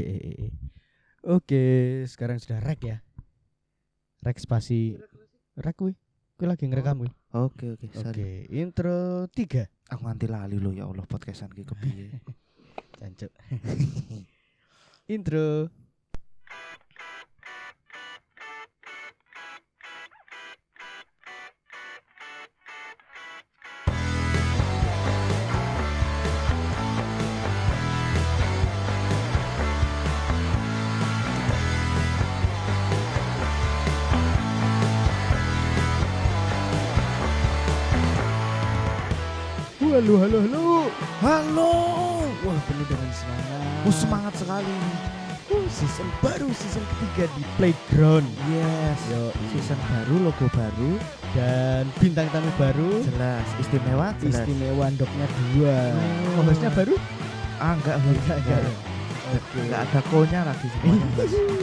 Hehehe. Oke, sekarang sudah rek ya. Rek spasi rek kuwi. Kuwi lagi ngerekam kuwi. Oke oke. Oke, Sorry. intro 3. Aku nganti lali loh ya Allah podcastan ki kepiye. Jancuk. intro. Halo halo halo. Halo. Wah, penuh dengan Oh, semangat. Aku semangat sekali. Uh, season baru season ketiga di Playground. Yes. Yo, Season baru, logo baru, dan bintang tamu baru. jelas istimewa, jelas. Istimewa ndoknya dua. Oh. Hostnya baru? Ah enggak Enggak, enggak. Oke. Enggak ada konya lagi semuanya.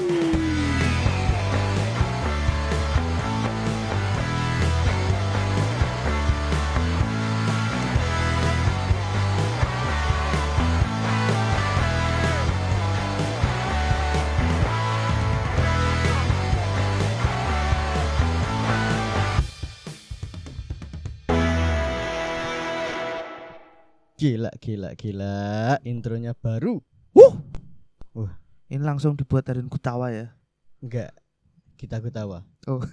Gila, gila, gila. Intronya baru. Ini langsung dibuat dari kutawa ya. Enggak. Kita aku tawa. Oh.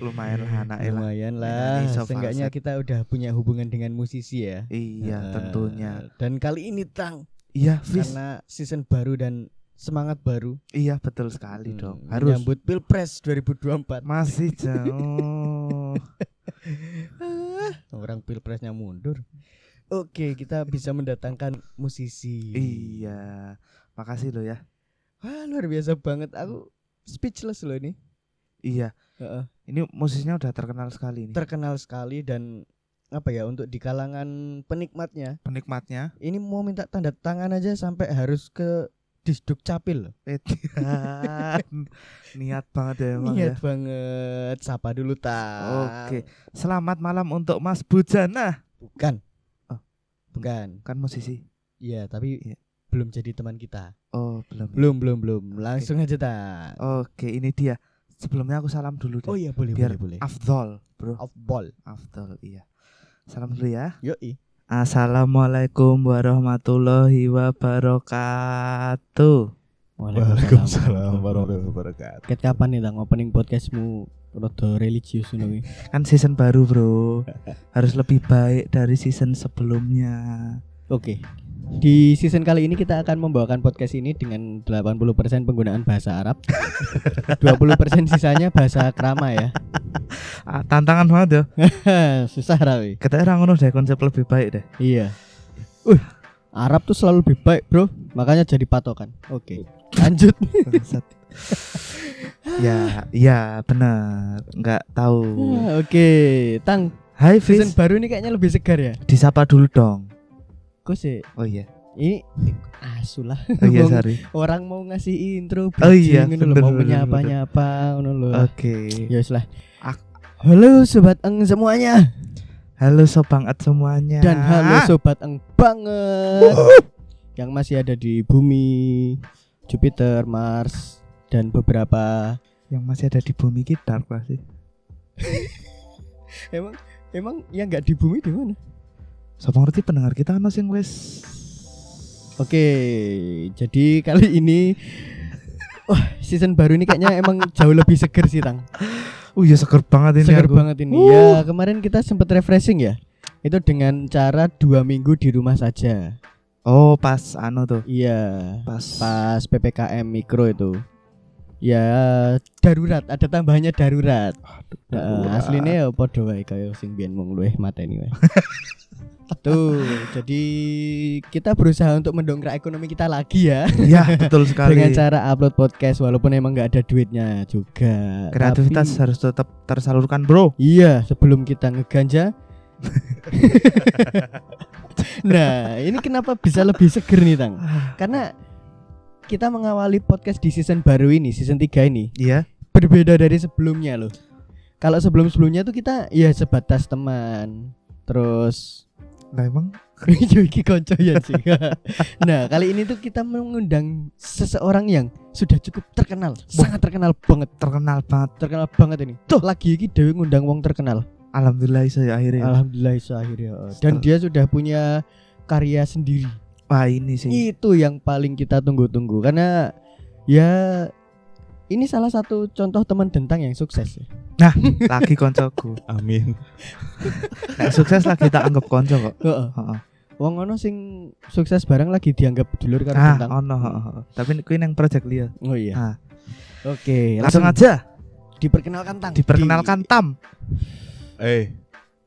Lumayan lah anak elah. Iya, Lumayan Nah, lah. Ini so Seenggaknya falset. kita udah punya hubungan dengan musisi ya. Eh, Iya, tentunya. Dan kali ini tang Iya, Fis. karena season baru dan semangat baru. Iya, betul sekali dong. Hmm, Harus menyambut Pilpres 2024. masih jauh. Orang Pilpresnya mundur. Oke, kita bisa mendatangkan musisi. iya. Makasih lo ya. Wah, luar biasa banget. Aku speechless loh ini. Iya. Heeh. Ini musisnya udah terkenal sekali nih. Terkenal sekali dan apa ya untuk di kalangan penikmatnya. Penikmatnya Ini mau minta tanda tangan aja sampai harus ke Disduk Capil. loh. Edian. Niat banget ya emang ya. Niat banget. Sapa dulu tak. Oke. Selamat malam untuk Mas Bujana. Bukan. Oh. Bukan. Kan musisi. Iya, tapi Iya. belum jadi teman kita. Oh, belum. Belum, belum, belum. Langsung aja tak. Oke, ini dia. Sebelumnya aku salam dulu deh. Oh iya Oh. boleh Biar boleh boleh. Afdol, Bro. Off ball. Afdol, iya. Salam dulu ya. Yoi. Assalamualaikum warahmatullahi wabarakatuh. warahmatullahi wabarakatuh. Ket kapan nih tang opening podcastmu rada religius ngono kuwi? Kan season baru, Bro. Harus lebih baik dari season sebelumnya. Oke. Di season kali ini kita akan membawakan podcast ini dengan 80% penggunaan bahasa Arab. 20% sisanya bahasa krama ya. Ah, tantangan banget ya. Susah rawi. Kita orang ngono deh konsep lebih baik deh. Iya. Uh, Arab tuh selalu lebih baik, Bro. Makanya jadi patokan. Oke. Lanjut. Bangsat. ya, ya benar. Enggak tahu. Ah, Oke, Tang, Hai season Fis, baru ini kayaknya lebih segar ya. disapa dulu dong. Kok sih Oh iya. ini asulah Oh iya, Ngomong- sorry. orang mau ngasih intro Oh iya, bridging ngono lho, bener, mau bener, menyapa-nyapa ngono lho. Oke. Ya wis lah. Ak- Halo sobat eng semuanya Halo sobangat semuanya. Ah! dan halo sobat eng banget yang masih ada di bumi, Jupiter, Mars dan beberapa yang masih ada di bumi kita dark lah sih. emang emang yang nggak di bumi di mana? Sopo ngerti pendengar kita ono sing wis Oke, jadi kali ini wah season baru ini kayaknya emang jauh lebih seger sih Tang. Oh iya seger banget ini Seger aku. banget ini. Uh. Ya, kemarin kita sempat refreshing ya. Itu dengan cara dua minggu di rumah saja. Oh, pas anu tuh. Iya, Pas. pas PPKM mikro itu. Ya, darurat, ada tambahannya darurat. Heeh, darurat. aslinya ya podo wae kaya sing biyen mung luweh mateni wae. Tuh, jadi kita berusaha untuk mendongkrak ekonomi kita lagi ya ya, betul sekali. dengan cara upload podcast walaupun emang nggak ada duitnya juga. Kreativitas Tapi- harus tetap tersalurkan, Bro. Iya, sebelum kita ngeganja. nah, ini kenapa bisa lebih seger nih, Tang? Karena kita mengawali podcast di season baru ini, season 3 ini, Iya. berbeda dari sebelumnya loh. Kalau sebelum-sebelumnya tuh kita ya sebatas teman. Terus Lah emang Yo, iki konco ya sih. nah, kali ini tuh kita mengundang seseorang yang sudah cukup terkenal, sangat terkenal banget, terkenal banget terkenal banget ini. Tuh, lagi iki Dewi ngundang wong terkenal. alhamdulillah saya akhirnya Alhamdulillah iso akhirnya. oh. Dan dia sudah punya karya sendiri. wah ini sih Itu yang paling kita tunggu-tunggu karena ya ini salah satu contoh teman dentang yang sukses. ya. lagi koncoku Amin. Nek sukses lagi tak anggap konco kok Heeh. Heeh. Wong ono sing sukses bareng lagi dianggap dulur karo ah dentang. ono heeh, heeh. tapi kuwi yang project liya Oh iya. Ah. Oke, langsung aja diperkenalkan Tang. diperkenalkan tam Eh,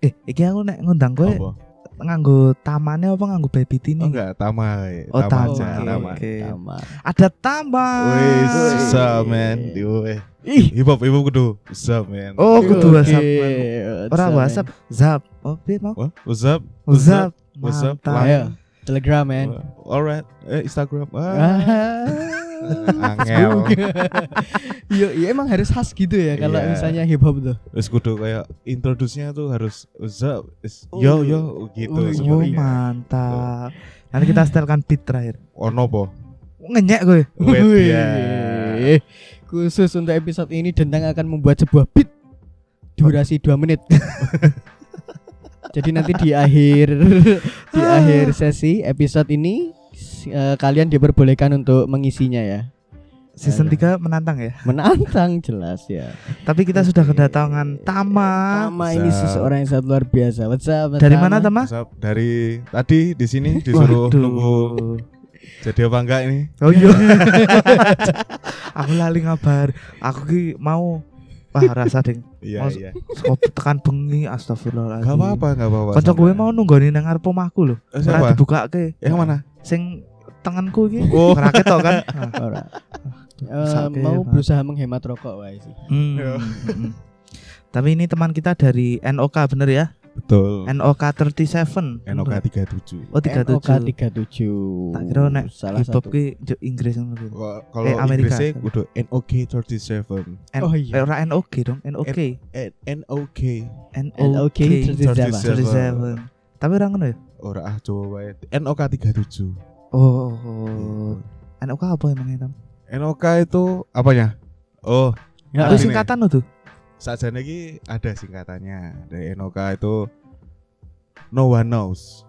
eh iki aku nek ngundang kowe apa? nganggo tamane apa nganggo baby tini Oh enggak, Tama. eh. Oh, Tama Tama, aja, oke. Tama. Di- Tama. ada tambah Wih, Wih. susah men. Wih. Ih, eh. Hip hop, hip hop kudu. Susah men. Oh, kudu oke, WhatsApp, man. Ora man. WhatsApp, Zap. Oh, piye mau? Wah, what's up? Zap. WhatsApp, Mantap. Ayo, Telegram, man. Wah, Alright. Eh, Instagram. Ah. Ah. Angel. Yo, iya emang harus khas gitu ya kalau Iya. misalnya hip hop tuh. Terus kudu kayak introduce-nya tuh harus what's up? Is- Oh. Yo yo gitu Oh, iya. Oh, sebenarnya. mantap. Nanti kita setelkan beat terakhir. Ono po. Ngenyek gue. Wait, Wih. ya. Khusus untuk episode ini Dendang akan membuat sebuah beat durasi 2 menit. Jadi nanti di akhir di akhir sesi episode ini s- eh, kalian diperbolehkan untuk mengisinya ya. Season Aduh. 3 menantang ya. Menantang jelas ya. Tapi kita sudah Oke. kedatangan Tama. Tama ini What's up? seseorang yang sangat luar biasa. What's up? Dari mana Tama? What's up? Dari tadi di sini disuruh Waduh. nunggu jadi apa enggak ini? Oh iya. Aku lali ngabar. Aku ki mau wah rasa ding. Iya, Mas- iya. Kok tekan bengi astagfirullahaladzim. Enggak apa-apa, enggak apa-apa. Kanca gue santai. mau nunggoni nang ngarep omahku lho. Eh, Ora Siapa? dibukake. Yang mana? Sing tenganku iki. Oh. Ora ketok kan. Ah. Ora. Eh, Sakit, mau Pak. berusaha menghemat rokok wae sih. Hmm, Yo. mm-mm. Tapi ini teman kita dari NOK bener ya? Betul. NOK 37. NOK 37. Oh NOK 37. 37. Tak kira nek salah Hip satu. hop ki jo Inggris ngono kuwi. Ko- Kalau Eh, Amerika. Inggrisnya kudu NOK 37. N- Oh Eh, iya. ora NOK dong, NOK. Eh, NOK. NOK NOK 37. 37. Tapi orang ngono ya? Ora ah coba wae. NOK 37. Oh, oh, oh. NOK apa emangnya tam? NOK itu apanya? Oh, Ya, Ah, Itu ini. singkatan lo tuh. sajane iki ada singkatannya. Dari NOK itu No one knows.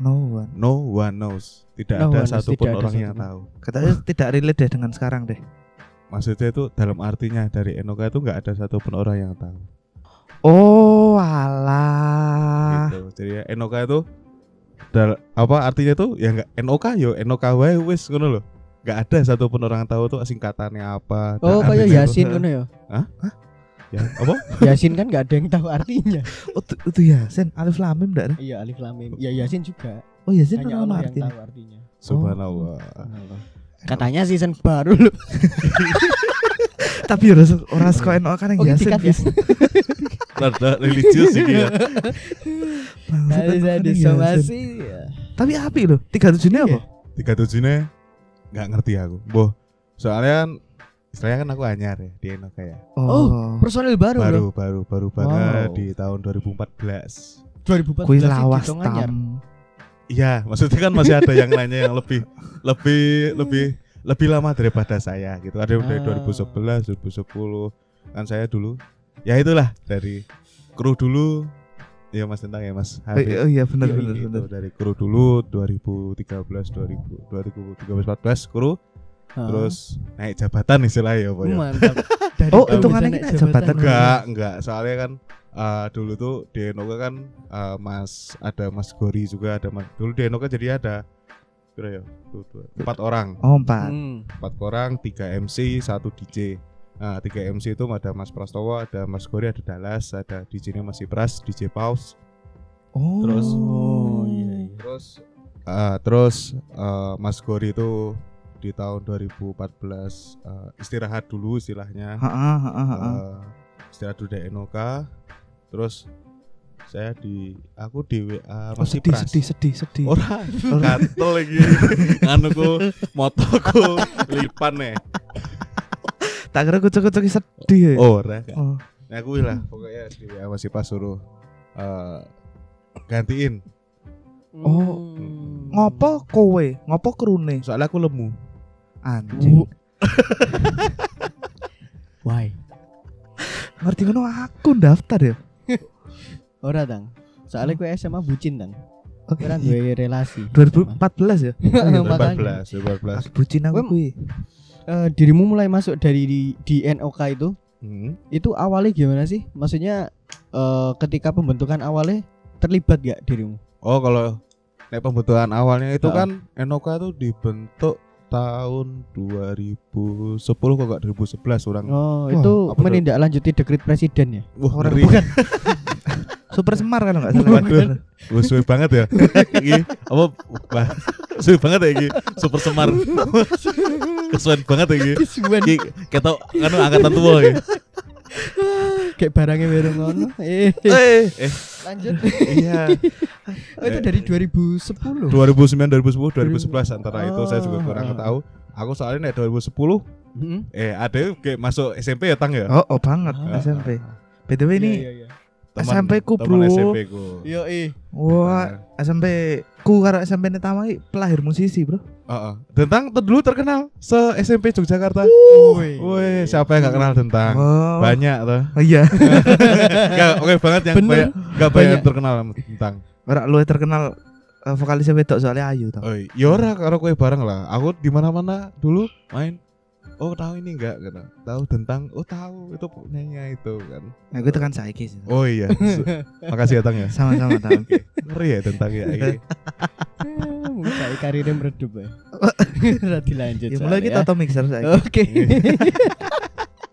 No one. No one knows. Tidak No one ada knows, satupun tidak ada orang yang satupun. tahu. Katanya tidak relate deh dengan sekarang deh. Maksudnya itu dalam artinya dari NOK itu nggak ada satupun orang yang tahu. Oh, Ah. alah. gitu. Jadi ya, NOK itu dal- apa artinya tuh ya enggak NOK yo NOK wae wis ngono lho. Enggak ada satupun orang tahu tuh singkatannya apa. dan Oh, kayak artinya Yasin tuh- ngono ya. Ya, apa? Yasin kan nggak ada yang tahu artinya. Oh, tuh- itu ya, Sen Alif Lamim enggak? Iya, Alif Lam Mim. Ya Yasin juga. Oh ya, Sen Hanya nama Allah yang artinya. tahu artinya. Subhanallah. Katanya season baru loh. Tapi harus orang sekolah NOK kan yang Oh, Yasin. dikat ya. Rada religius iki ya. Nah, Bangsat, Harus NOK ada ning kan ya, Yasin. Iya. somasi. Tapi api loh, 37 ini apa? 37 ne enggak ngerti aku. Boh. Soalnya kan istilahnya kan aku anyar ya di NOK ya. Oh, Personil baru, loh. Baru baru baru banget Wow. di tahun 2014. 2014 Kui sih lawas dihitung anyar. tam. Iya, maksudnya kan masih ada yang nanya yang lebih lebih lebih lebih lama daripada saya gitu. Ada yang dari Ah. 2011, 2010 kan saya dulu. Ya itulah dari kru dulu. Ya Mas tentang ya Mas Oh, Habib. oh iya benar Iya, benar Gitu, benar. dari kru dulu 2013 2000 2013 14 kru Ah. terus naik jabatan istilahnya ya Pak, ya. Oh, Mantap. iya. Dari Oh, tahun hitungannya bisa ini naik jabatan. Enggak, enggak. Soalnya kan eh, dulu tuh di Enoka kan eh, Mas ada Mas Gori juga ada Mas. Dulu di Enoka jadi ada kira ya tuh, tuh, empat orang, Oh, empat. Hmm. empat orang, tiga MC, satu DJ. Nah, tiga MC itu ada Mas Prastowo, ada Mas Gori, ada Dallas, ada DJ-nya Mas Ipras, DJ Paus. Oh. Terus. Oh, iya. iya. Terus eh, terus eh, Mas Gori itu di tahun 2014 eh, istirahat dulu istilahnya. Heeh, Oh, heeh, heeh. Eh, istirahat dulu dari Enoka terus saya di aku di WA Oh, Mas sedih, Ipras. sedih, sedih, sedih. Ora, Ora. gatel lagi anuku motoku lipan nih Tak kira kucuk-kucuk sedih. ya. ora Oh. nah, aku lah pokoknya di WA Mas Ipras suruh eh, gantiin Oh. Hmm. Ngopo kowe? Ngopo krune? Soalnya aku lemu. Hmm. Anjing. Why? Ngerti ngono aku daftar ya. Ora tang. Soalnya gue SMA bucin tang. Oke. Ora duwe relasi. 2014 ya. Oh, iya. Makanya. 14, 14. Aku bucin aku Kowe- kuwi. Eh, dirimu mulai masuk dari di, di NOK itu Hmm. itu awalnya gimana sih? Maksudnya eh, ketika pembentukan awalnya terlibat gak dirimu? Oh, kalau nek pembentukan awalnya itu Heeh. kan NOK tuh dibentuk tahun 2010 kok enggak 2011 orang. Oh, Wah, itu apa tuh? menindaklanjuti dekret presiden ya. Wah, orang ngeri. Super Semar kalau enggak salah. Waduh. Wah, suwe banget ya. Iki apa bah- suwe banget ya iki. Super semar. Kesuwen banget ya iki. Kesuwen Iki ketok kan angkatan tua iki. kayak barangnya bareng ngono. Eh, Eh, eh, lanjut. iya. Oh, itu dari 2010. 2009, 2010, 2011 antara itu saya Oh. juga Ah. kurang tahu. Aku soalnya nek 2010 Heeh. eh ada kayak masuk SMP ya tang ya. Oh, oh banget Ah. Iya, SMP. BTW ini SMP ku, Bro. teman Iya. SMP ku. Yo, eh. wah SMP ku karo SMP Netama iki pelahir musisi, Bro. Heeh. Tentang ter- dulu terkenal se SMP Yogyakarta. Wih, siapa yang gak kenal tentang? Oh. Ah, Banyak tuh. Oh iya. Enggak oke banget yang Bener. banyak enggak banyak yang terkenal sama tentang. Ora luwih terkenal eh, vokalisnya wedok soalnya Ayu tau. Oi, ya ora karo kowe bareng lah. Aku di mana-mana dulu main Oh tahu ini enggak gitu. Tahu tentang oh tahu itu punyanya itu kan. Nah, gue tekan saiki sih. Oh iya. Su- Makasih ya Tang ya. Sama-sama tahu. Ngeri ya tentang ya. ini. Mulai Hmm, karirnya meredup ya. Ora dilanjut. Iya, Ya mulai soalnya, ya. kita tato mixer saiki. Oke.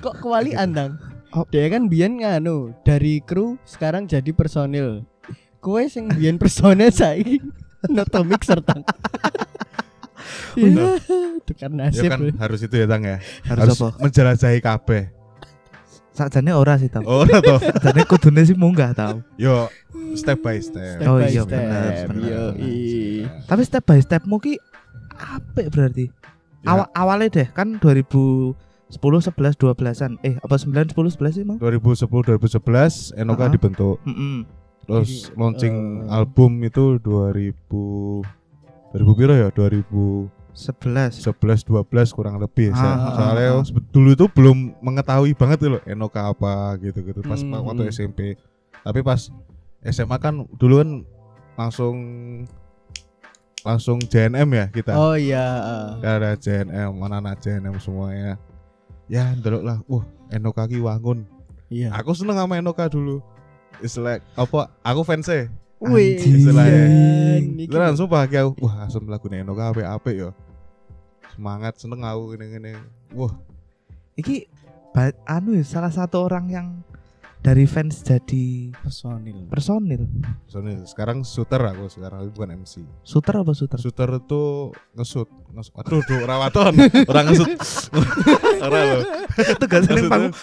Kok kewali andang? Oh. Dia kan biyen nganu dari kru sekarang jadi personil. Kue sing biyen personil saiki noto mixer tang. Iya, itu kan Ya nasib. kan harus itu ya Tang ya. Harus apa? menjelajahi kabeh. Sakjane ora sih tau. Oh toh. Sakjane kudune sih munggah tau. Yo step by step. Step Oh by iya, step. benar, benar, Yo, i. Tapi step by stepmu ki apa berarti? Ya. Awal awalnya deh kan 2010 11 12-an. Eh apa 9 10 11 sih, Mang? 2010 2011 Enoka Aha. dibentuk. Mm-mm. Terus Jadi, launching eh, album itu 2000 2000 piro ya? 2011 11. 12 kurang lebih. Ah, Sa- ah, Soalnya ah. sebe- dulu itu belum mengetahui banget tuh loh Enoka apa gitu-gitu pas Hmm, hmm. waktu SMP. Tapi pas SMA kan dulu kan langsung langsung JNM ya kita. Oh iya. Ya ada JNM, anak-anak JNM semuanya. Ya, ndelok lah. Wah, Enoka ki wangun. Iya. Aku seneng sama Enoka dulu. It's like apa? Aku fansnya Wih. Anjing. Jan, iki Terus ya. langsung bahagia aku. Wah, asem lagu Enoka apik-apik ya. Semangat seneng aku gini-gini. Wah, Iki ba- anu ya, salah satu orang yang dari fans jadi personil. personil. soalnya sekarang shooter aku sekarang aku bukan MC. Suter apa suter? Shooter itu ngesut, ngesut. Aduh, duh, rawaton. Orang ngesut. Orang loh. Tugas Maksudnya- yang panggung.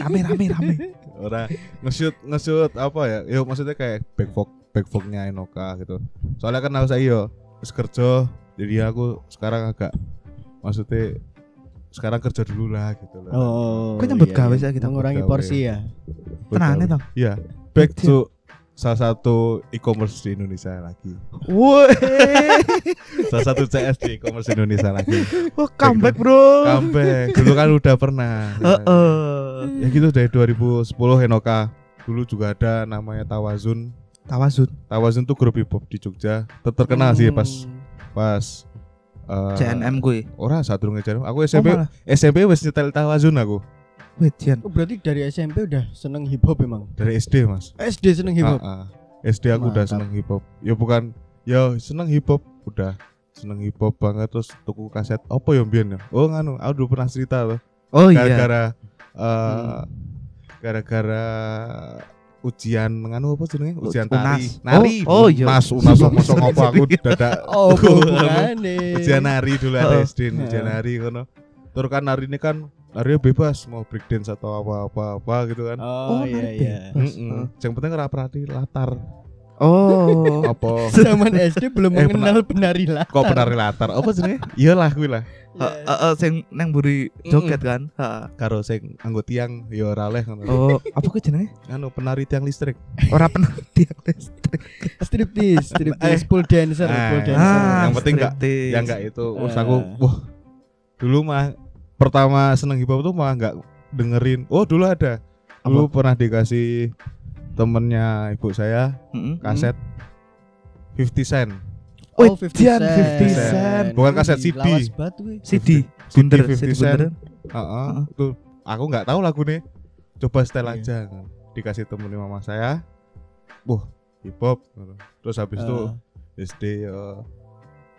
Rame rame rame. Ora nge-shoot nge-shoot apa ya? Yo maksudnya kayak back vlog back vlognya Enoka gitu. Soalnya kan aku saya yo terus kerja jadi aku sekarang agak maksudnya sekarang kerja dulu lah gitu loh. Oh. Kok nyambut iya, gawe iya. sih kita? mengurangi Gawe. porsi ya. Tenane tau. Iya, back to salah satu e-commerce di Indonesia lagi. Woi. Salah satu CS di e-commerce di Indonesia lagi. Wah, comeback, Bro. Comeback. Dulu kan udah pernah. Heeh. Ya gitu dari 2010 Enoka. Dulu juga ada namanya Tawazun. Tawazun. Tawazun tuh grup hip hop di Jogja Ter- terkenal sih pas Oh. Hmm. pas eh, CNM gue. Ora saat durunge JNM. Aku Oh, SMP malah. SMP wis nyetel Tawazun aku Wait, Jan. Oh, berarti dari SMP udah seneng hip hop emang. dari SD, Mas. SD seneng hip hop. Ah, ah. SD aku udah Mantap. seneng hip hop. Ya bukan ya seneng hip hop udah seneng hip hop banget terus tuku kaset apa ya mbiyen ya? Oh nganu, aku dulu pernah cerita loh. Oh iya. Gara-gara eh, gara-gara ujian nganu apa jenenge? Ujian tari. Unas. Nari. Oh, oh, iya. Mas unas mosok ngopo aku dadak Oh, iya, hubungane. ujian nari dulu ada Heeh. SD ujian Heeh. nari kono terus kan nari ini kan nari bebas mau breakdance atau apa apa apa gitu kan Oh, Oh, iya nari iya. bebas. Mm-mm. yang penting raprati latar Oh. apa Zaman SD belum Eh, mengenal penari latar. kok penari latar apa jenenge iyalah kuwi lah Eh, Iya. eh, eh, sing neng buri joget kan. Heeh. karo sing anggo tiang ya ora leh ngono Oh, apa ku jenenge? anu penari tiang listrik Ora pernah diagnosis. Iya. Striptease, striptease, pole dancer, pole Eh. Ah. dancer. yang penting nggak- striptease. ya enggak itu terus Eh. aku wah dulu mah pertama seneng hip hop tuh mah enggak dengerin oh dulu ada dulu pernah dikasih temennya ibu saya Mm-mm. kaset 50 cent Wait, Oh, 50 Jan, cent. 50 cent. Bukan Wih, kaset CD. lawas banget, wih. CD CD bunder 50 CD cent bunderan. Heeh, Heeh. itu aku nggak tahu lagu nih coba setel Iya. aja dikasih temen mama saya wah hip hop terus habis itu Ah. SD ya,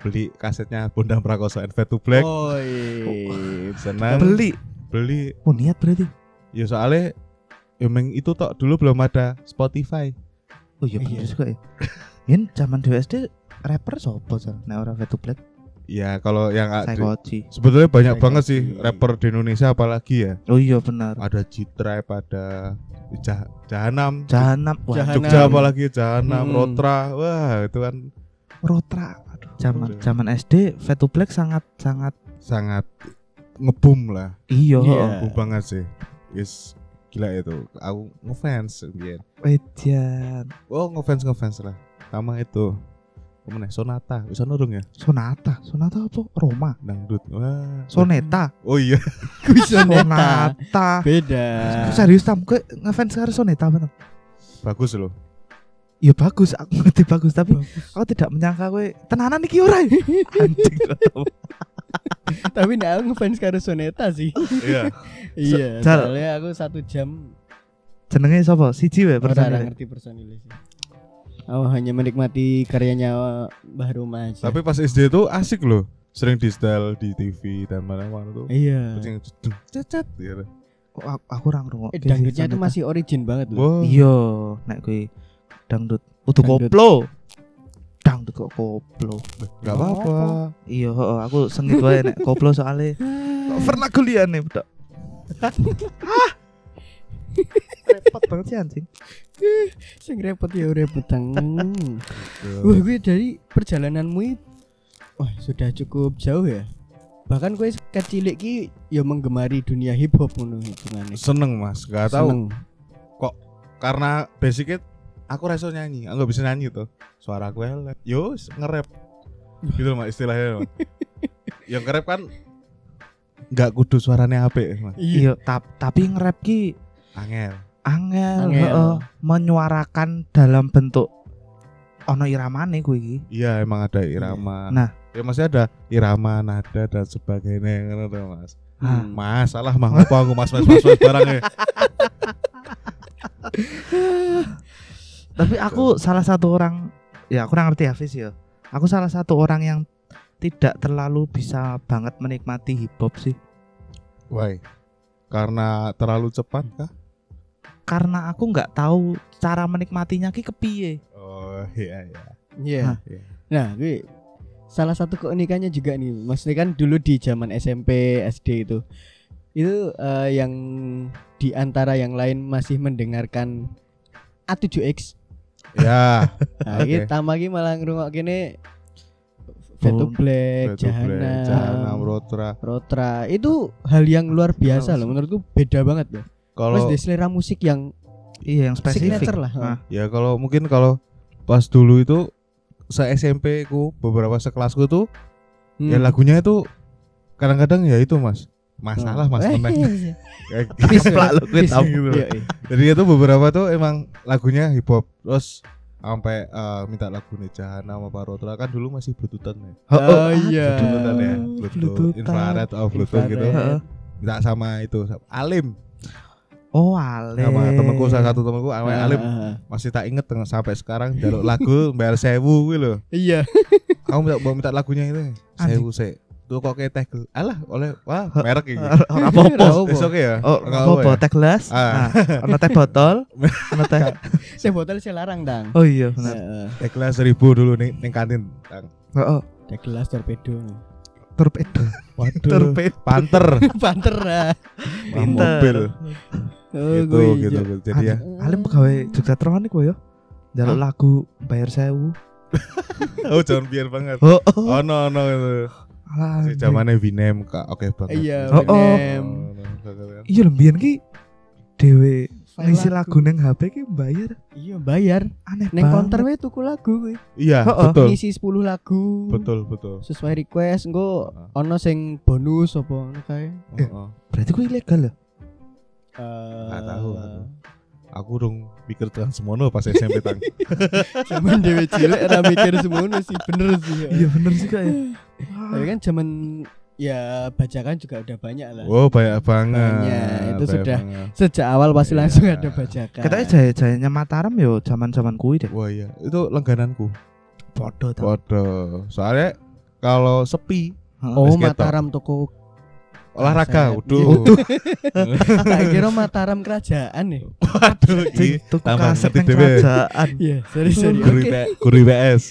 beli kasetnya Bunda Prakoso and Fade to Black Oh, iya. senang Beli. beli Oh, niat berarti. ya soalnya emang itu tok dulu belum ada Spotify Oh iya bener Iya. juga ya. Yen zaman DWSD rapper sopo sih? Nah, ora Fatu Black, ya kalau yang Psychoji. sebetulnya banyak Saya banget kasih. sih rapper di Indonesia apalagi ya Oh iya benar. ada Jitrap ada Jah Jahanam Jahanam, wah, Jahanam. Jogja apalagi Jahanam Hmm. Rotra wah itu kan Rotra. Aduh, zaman Udah. zaman SD Fatu Black sangat sangat sangat ngebum lah Iya. iya. heeh. ngebum banget sih yes gila itu aku ngefans biar Wejan oh ngefans ngefans lah sama itu kemana Sonata bisa nurung ya Sonata, Sonata apa? Roma, dangdut wah Soneta, oh iya Kuis sonata. Sonata. Beda. Serius tam, gue ngefans karo Soneta bener. bagus loh Ya bagus, aku ngerti bagus tapi aku tidak menyangka gue tenanan iki ora. ya. Anjing. Tapi nggak aku ngefans karo Soneta sih. iya Iya, Jal. soalnya aku satu jam Jenenge sapa? Siji wae Ora ora personil. ngerti personilnya sih. Aku hanya menikmati karyanya oh, Mbah Roma aja. tapi pas SD itu asik loh sering di style di TV dan mana-mana tuh iya. kucing jedung, cecet gitu Kok aku, aku orang ngrungok. Eh, dangdutnya itu masih origin banget loh. Wah, Iya, nek gue dangdut utuh Dangdut. koplo. Dangdut kok koplo. nggak apa-apa Iya, heeh, aku sengit wae nek koplo soalnya pernah kuliah nih, Dok. Repot banget sih anjing. Sing repot ya repot tangan. Wah, gue dari perjalananmu i- wah sudah cukup jauh ya. Bahkan gue kecilik ki ya menggemari dunia hip hop ngono gimana? seneng mas nggak tahu karena basicnya aku rasa nyanyi aku nggak bisa nyanyi tuh suara aku elek yo ngerap gitu loh mas istilahnya loh. yang ngerap kan nggak kudu suaranya apik mas Iya. Iya, tap- tapi nge-rap ki angel angel, Angel. heeh, menyuarakan dalam bentuk ono iramane kuwi iki. iya emang ada irama Nah. ya masih ada irama nada dan sebagainya ngono tuh, mas Ah, Hmm. masalah mah ngopo aku mas mas mas mas barangnya Tapi aku salah satu orang ya aku kurang ngerti Hafiz ya. Aku salah satu orang yang tidak terlalu bisa banget menikmati hip hop sih. Why? Karena terlalu cepat kah? Karena aku nggak tahu cara menikmatinya ki kepiye. Oh iya iya. Iya. Hah. Iya. Nah, gue salah satu keunikannya juga nih. Maksudnya kan dulu di zaman SMP, SD itu itu eh, yang di antara yang lain masih mendengarkan A7X. Ya, Nah, Oke. kita Tama ki malah ngrungok kene Fatu Oh, Boom. Black, Red Bull, Red, Jahanam, Jahanam, Rotra. Rotra. Itu hal yang luar biasa loh menurutku beda banget loh. Mas Kalau di selera musik yang Iya yang spesifik. signature lah. Nah, ya kalau mungkin kalau pas dulu itu se SMP ku beberapa sekelasku tuh Hmm. ya lagunya itu kadang-kadang ya itu mas masalah mas Eh, meneng. iya. Kayak Please, gitu. Plak lu, gue please. tahu. Iya, iya. Jadi itu beberapa tuh emang lagunya hip hop terus sampai eh, minta lagu nih Jahanam apa Rotra kan dulu masih bluetoothan ya Oh iya. bluetoothan ya Ah, bluetooth Bluetoothan. infrared oh bluetooth gitu Infrared. minta sama itu sama Alim Oh ale. sama temenku salah satu temenku sama Ah, Alim ah, ah. masih tak inget dengan- sampai sekarang jaluk lagu bayar sewu gitu loh Iya. kamu minta mau minta lagunya itu Anjing. sewu se tuh kok kayak tegel alah oleh wah merek ini Ora apa-apa. Ora apa-apa. it's okay ya Oh, Nggak apa apa-apa ya? teh gelas? Ah. Nah, ono teh botol, ono teh. Saya botol saya larang, Nah, Tang. Oh iya, benar. Heeh. tegel seribu dulu nih neng kantin Tang. Heeh. Ada gelas torpedo. Torpedo. waduh Torpedo. panter Panter. ah. Wah, Pinter. mobil Oh, gue gitu gitu hijau. gitu. jadi ya Hmm. Alim pegawai Jogja Tronik kowe yo. jaluk ya? lagu bayar sewu oh jangan biar banget oh, oh. oh no no itu alah si zamannya Vinem kak oke banget Iya, Oh, oh. Winem. Oh, no, gagal kan? iya lho, mbiyen ki dhewe File ngisi lagu. lagu neng HP ki bayar Iya bayar. aneh Neng banget. counter we tuku lagu we. iya Oh, oh. betul Ngisi 10 lagu. betul betul Sesuai request engko Heeh. ono sing bonus apa ngono kae. Oh, oh. berarti ku ilegal ya Eh, tahu aku. aku dong pikir tentang semono pas SMP tang Zaman dewe cilik ora mikir semono sih bener sih. ya. iya bener sih kak ya Tapi kan zaman ya bajakan juga udah banyak lah. wow banyak banget Nah. Banyak, itu banyak sudah. banget. Sejak awal pasti Iya. ya, langsung ada bajakan. katanya jaya-jayanya Mataram yo zaman-zaman kuwi deh wah iya itu langgananku bodoh tau waduh soalnya kalau sepi Oh Wis ketok. Mataram toko olahraga Saya- Iya, waduh Waduh. tak kira Mataram kerajaan nih. waduh Cing, iya. tuku tambah kaset ngerti neng dhewe. kerajaan Iya, sorry sorry. guru Oke. IP- guru IPS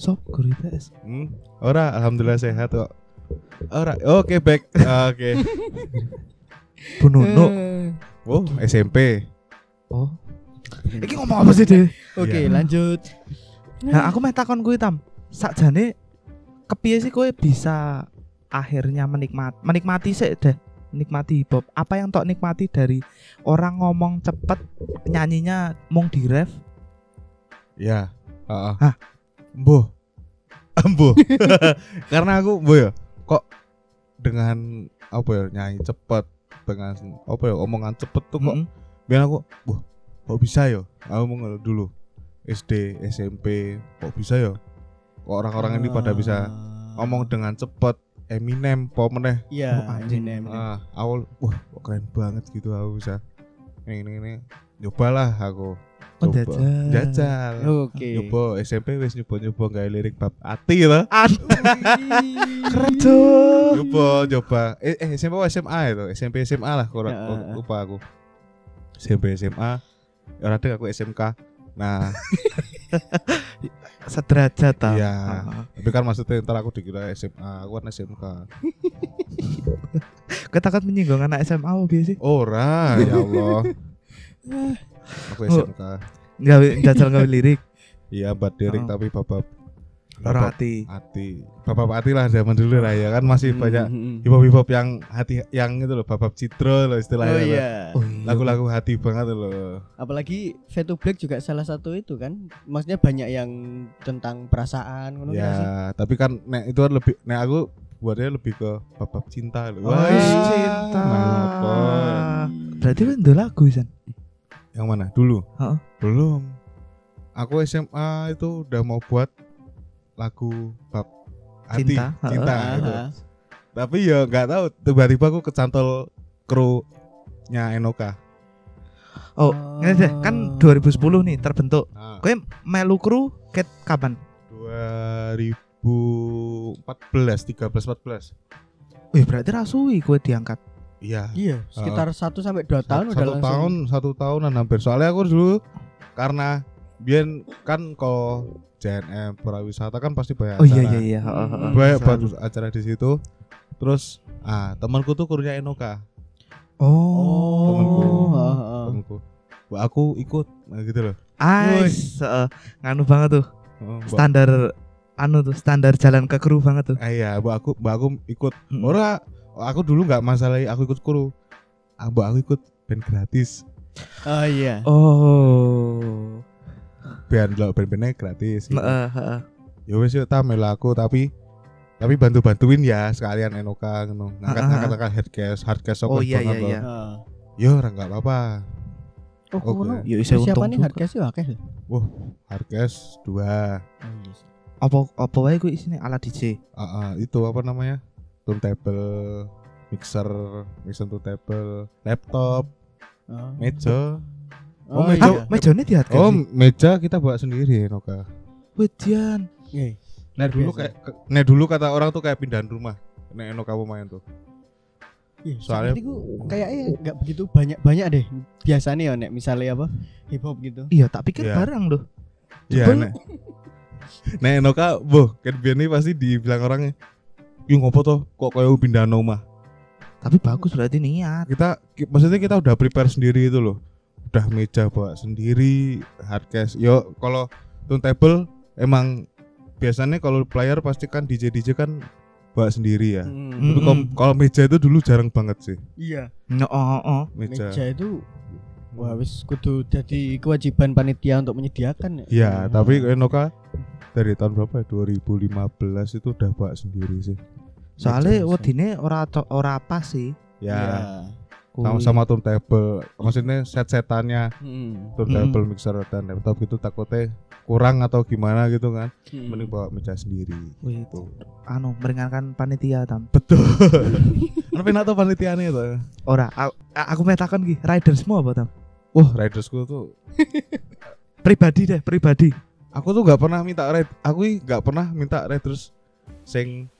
sop guru IPS Hmm? Ora, alhamdulillah sehat kok. Ora, oke back. Ah, Oke. Bu Nunu Eh, Oh, SMP. oh Iya. iki ngomong apa sih deh Oke, Iya. lanjut. Nah, aku meh takon kuwi tam. Sakjane kepiye sih kowe bisa akhirnya menikmati menikmati sih deh menikmati hip hop apa yang tok nikmati dari orang ngomong cepet nyanyinya mung di ref Ya. Heeh. Hah? Mbuh. Mbuh. Karena aku mbuh ya. Kok dengan apa ya nyanyi cepet dengan apa ya omongan cepet tuh kok Mm-mm. biar aku wah kok bisa ya aku mau ngeluh dulu SD SMP kok bisa ya kok orang-orang ini Ah. pada bisa ngomong dengan cepet Eminem pop meneh Iya, Oh, anjing. Eminem. Ah, awal wah kok keren banget gitu aku bisa. Ini ini ini nyobalah aku. Oh, Coba. jajal. Jajal. Oke. Nyoba SMP wis nyoba-nyoba gawe lirik bab ati to. keren tuh Oh. Nyoba nyoba. Eh, eh, SMP apa SMA itu? SMP SMA lah kurang Ya, ah, ah. lupa aku. SMP SMA. Ya ora dek, aku SMK. Nah, sederajat tam Iya. Heeh. tapi kan maksudnya ntar aku dikira SMA, aku kan SMK. Kowe takut menyinggung anak SMA apa biasa sih Ora, ya Allah. Aku Oh. SMK. gawe jajal gawe lirik Iya, bab Oh. lirik tapi bab loro ati Ati, bapak Ati lah zaman dulu lah ya kan masih banyak hip Hmm. hop hip hop yang hati yang itu loh bapak Citro loh Oh istilahnya loh. iya. Oh, iya. lagu-lagu hati banget loh Apalagi Fatu Black juga salah satu itu kan. Maksudnya banyak yang tentang perasaan ngono nggak sih? ya tapi kan nek itu kan lebih nek aku buatnya lebih ke bapak cinta loh Oh, Wah, iya, ih, cinta. ngapa? berarti kan ndelok lagu San yang mana dulu Heeh. belum aku SMA itu udah mau buat lagu bab hati Cinta, heeh. cinta Ah, gitu. ah. tapi ya nggak tahu tiba-tiba aku kecantol kru nya Enoka oh ngene deh Ah. kan 2010 nih terbentuk Nah, Kowe melu kru ket kapan? 2014 13 14 Wih, berarti rasui kowe diangkat. iya Iya, sekitar 1 sampai 2 tahun satu, udah satu langsung. tahun satu tahunan hampir soalnya aku dulu karena biar kan kalau JNM pariwisata kan pasti banyak Oh iya acara. iya iya, heeh, heeh. banyak Selalu. banget acara di situ terus ah temanku tuh kurunya Enoka temanku. Oh. heeh, heeh. temanku Wah, aku ikut nah, gitu loh Ais, heeh. nganu banget tuh. Oh, mbak- Standar anu tuh, standar jalan ke kru banget tuh. Ah, iya mbak aku mbak aku ikut Hmm. ora aku dulu nggak masalah aku ikut kru Ah, mbak aku ikut band gratis Oh iya. Oh. band lo band-bandnya gratis gitu. Heeh, heeh. ya wes yuk tak melu aku tapi tapi bantu bantuin ya sekalian enoka ngono ngangkat Ah, ah, ngangkat ngangkat hard case hard case Oh, sobat iya, banget iya, loh. iya. Heeh. yo orang Ya nggak apa apa Oh, Oke. kono. Ya isih Siapa nih untung juga. harga sih akeh. ya? hard case dua Oh, iya. Apa apa wae kuwi isine ala DJ. Ah, ah, itu apa namanya turntable mixer mixer turntable laptop Oh. meja Oh, iya. meja. Ah, mejone dihat oh meja kita bawa sendiri enoka Wedan. Iya. nah dulu Biasa. kayak ke- nah dulu kata orang tuh kayak pindahan rumah nah enoka mau main tuh Iya, Soalnya- seperti ku kayaknya nggak begitu banyak banyak deh biasanya ya nek misalnya apa hip hop gitu Iya, tak pikir Iya. barang loh. Iya, Jebol. nek. Nek Enoka, boh, kan biar ini pasti dibilang orangnya, "Ih, ngopo toh kok kayak pindah omah?" Tapi bagus berarti niat. Kita ki- maksudnya kita udah prepare sendiri itu loh. udah meja bawa sendiri hardcase yo kalau turntable emang biasanya kalau player pasti kan DJ DJ kan bawa sendiri ya Hmm. tapi kalau- Mm-mm. kalau meja itu dulu jarang banget sih Iya, No, oh, oh. meja, Hmm. meja itu wah wis kudu jadi kewajiban panitia untuk menyediakan Hmm. Iya, tapi Enoka dari tahun berapa? ya? 2015 itu udah bawa sendiri sih. Meja, Soalnya wedine ora co- ora pas sih. Ya, Iya. Kui. sama-sama turntable. Maksudnya set-setannya Hmm. turntable, mixer dan laptop itu takutnya kurang atau gimana gitu kan. Hmm. Mending bawa meja sendiri. Wih, Gitu. anu meringankan panitia tam. Betul. Kenapa enak Kan tuh panitiane itu? Ora, aku, aku meh takon ki, ridersmu apa tam? Wah, Oh, ridersku tuh Pribadi deh, pribadi. aku tuh nggak pernah minta red aku i nggak pernah minta riders sing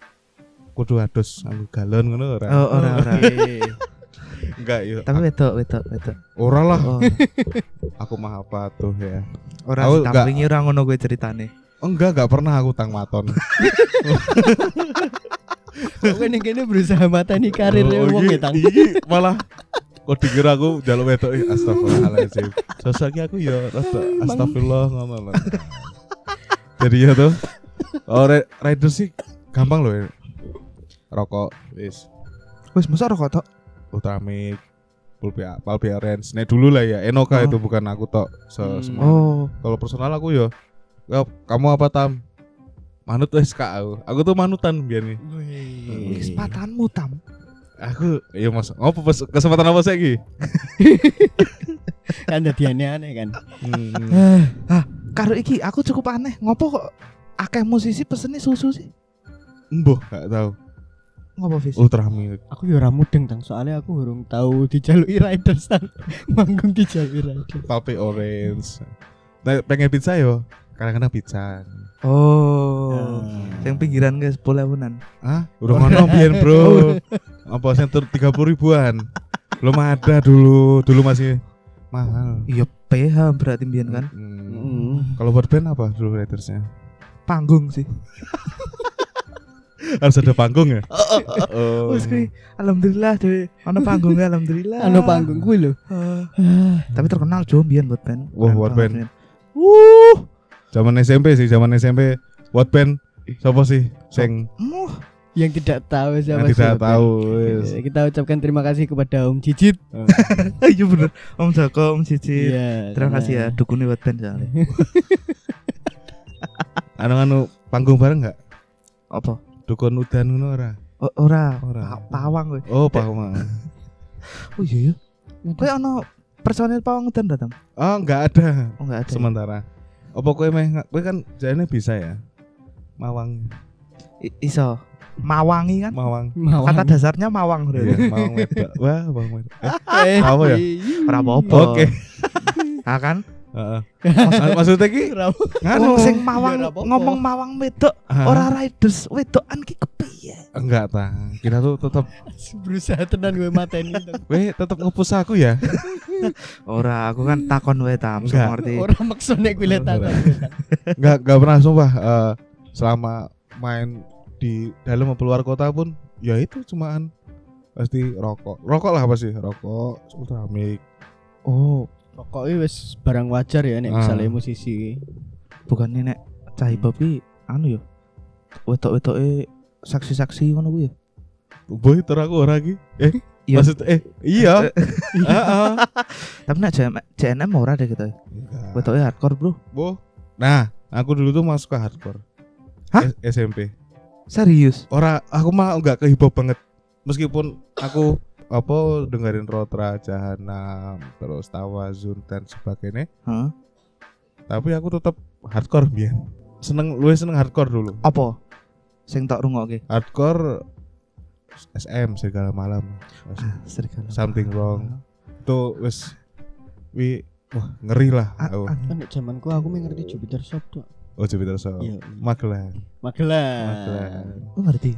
kudu adus anu galon ngono ora. Oh, ora ora. Oke. Enggak yo. Tapi wedok, wedok, wedok. Ora lah, Oh, aku maha patuh ya. ora Aku tak gak- wingi ora ngono gue ceritane. Enggak, enggak pernah aku tang maton. Kok ini kene berusaha matani karir Oh, wong iki- ya, Tang. iki malah kok dikira aku jaluk wedok ih, astagfirullahaladzim. Sosoknya aku ya rada astagfirullah ngono lho. Jadi ya tuh. Oh, ri- rider sih gampang loh. ya. Rokok wis Wis mosok rokok tok. Ultramix Pulpia, Palpia Range. Nek dulu lah ya, Enoka Oh. itu bukan aku tok. Se Hmm. semua. Oh, Kalau personal aku ya, ya, kamu apa tam? Manut wis kak aku. Aku tuh manutan biar nih. Wih. wis patanmu tam. Aku ya mas, ngopo pas- kesempatan apa sih iki? Kan dadi aneh-aneh kan. Hmm. Eh, ah, karo iki aku cukup aneh. Ngopo kok akeh musisi pesennya susu sih? Mboh, gak tahu. Ngopo Fis? Ultra Milk. Aku ya ora mudeng Tang, soalnya aku urung tahu dijalui riders Tang. Manggung dijalui riders. Palpe Orange. Nah, pengen pizza yo. Kadang-kadang pizza. Oh. Ah. Yang pinggiran guys, boleh punan. Hah? Udah ngono biyen, Bro. Apa sentur 30 ribuan? Belum ada dulu. Dulu masih mahal. Iya, PH berarti mbiyen kan. Hmm. Hmm. Kalau buat band apa dulu ratersnya? Panggung sih. Harus ada panggung ya? Oh. Wis kuwi alhamdulillah dhewe ana panggung alhamdulillah. Anu panggung kuwi lho. Eh, tapi terkenal Jo mbiyen buat band. Wah, Keren buat banget, band. men. Wuh. Zaman SMP sih, zaman SMP buat band siapa sih? Sing Muh. Yang tidak tahu yang siapa tidak siapa. tahu. wis. Eh, Kita ucapkan terima kasih kepada Om Jijit. Iya bener. Om Joko, Om Cici. Iya. Terima kasih ya karena- dukunnya buat band soalnya. Anu-anu panggung bareng nggak? Apa? Dukun udan ngono ora? O- ora, Ora. Pa- pawang kowe. Oh, paham. Oh iya iya. Kowe ana personil pawang udan datang? Oh, enggak ada. Oh enggak ada. sementara apa kue meh kue kan jalannya bisa ya mawang I- iso. Mawangi kan? mawang Mawar. Kata dasarnya mawang iya berarti. mawang wedok wah mawang wedok Eh, Eh, apa ya? Ora apa-apa. oke Ah kan? Heeh. Maksud- maksudnya ki Ora apa- nganu Wong sing iya, mawang ora apa-apa. ngomong mawang wedok Hah? ora riders wedokan ki kepiye? enggak ta kita tuh tetap berusaha tenan gue mateni Tang. kue tetap ngepus aku ya Ora, aku kan takon wae tam, Enggak. so ngerti. Ora maksa nek kuwi lihat aku. enggak enggak pernah sumpah eh, selama main di dalam atau luar kota pun ya itu cumaan pasti rokok rokok lah pasti rokok ultramik Oh, Pokoknya wis barang wajar ya nek Ah. misalnya musisi. bukannya nek cah hip hop ki anu yo. Wetok-wetoke saksi-saksi ngono kuwi ya. boy ter aku orang ki eh Iya. maksud eh iya Heeh. Tapi nek JM JNM ora deh gitu. Enggak. Wetoke hardcore, Bro. Bo. Nah, aku dulu tuh masuk ke hardcore. Hah? S- SMP. Serius. Ora, aku mah nggak ke hip hop banget. Meskipun aku apa dengerin Rotra, Jahanam, terus Tawazun dan sebagainya, Heeh. tapi aku tetap hardcore biar seneng lu seneng hardcore dulu Apa? Sing tok rungokke. hardcore SM segala malam Ah, serigala. Something wrong. itu wes wi wah ngeri lah A- aku. aneh. Kan nek zamanku aku mengerti Jupiter Shop tuh. oh Jupiter so Iya. Ah. Magelang Magelang. Magelang Lu ngerti?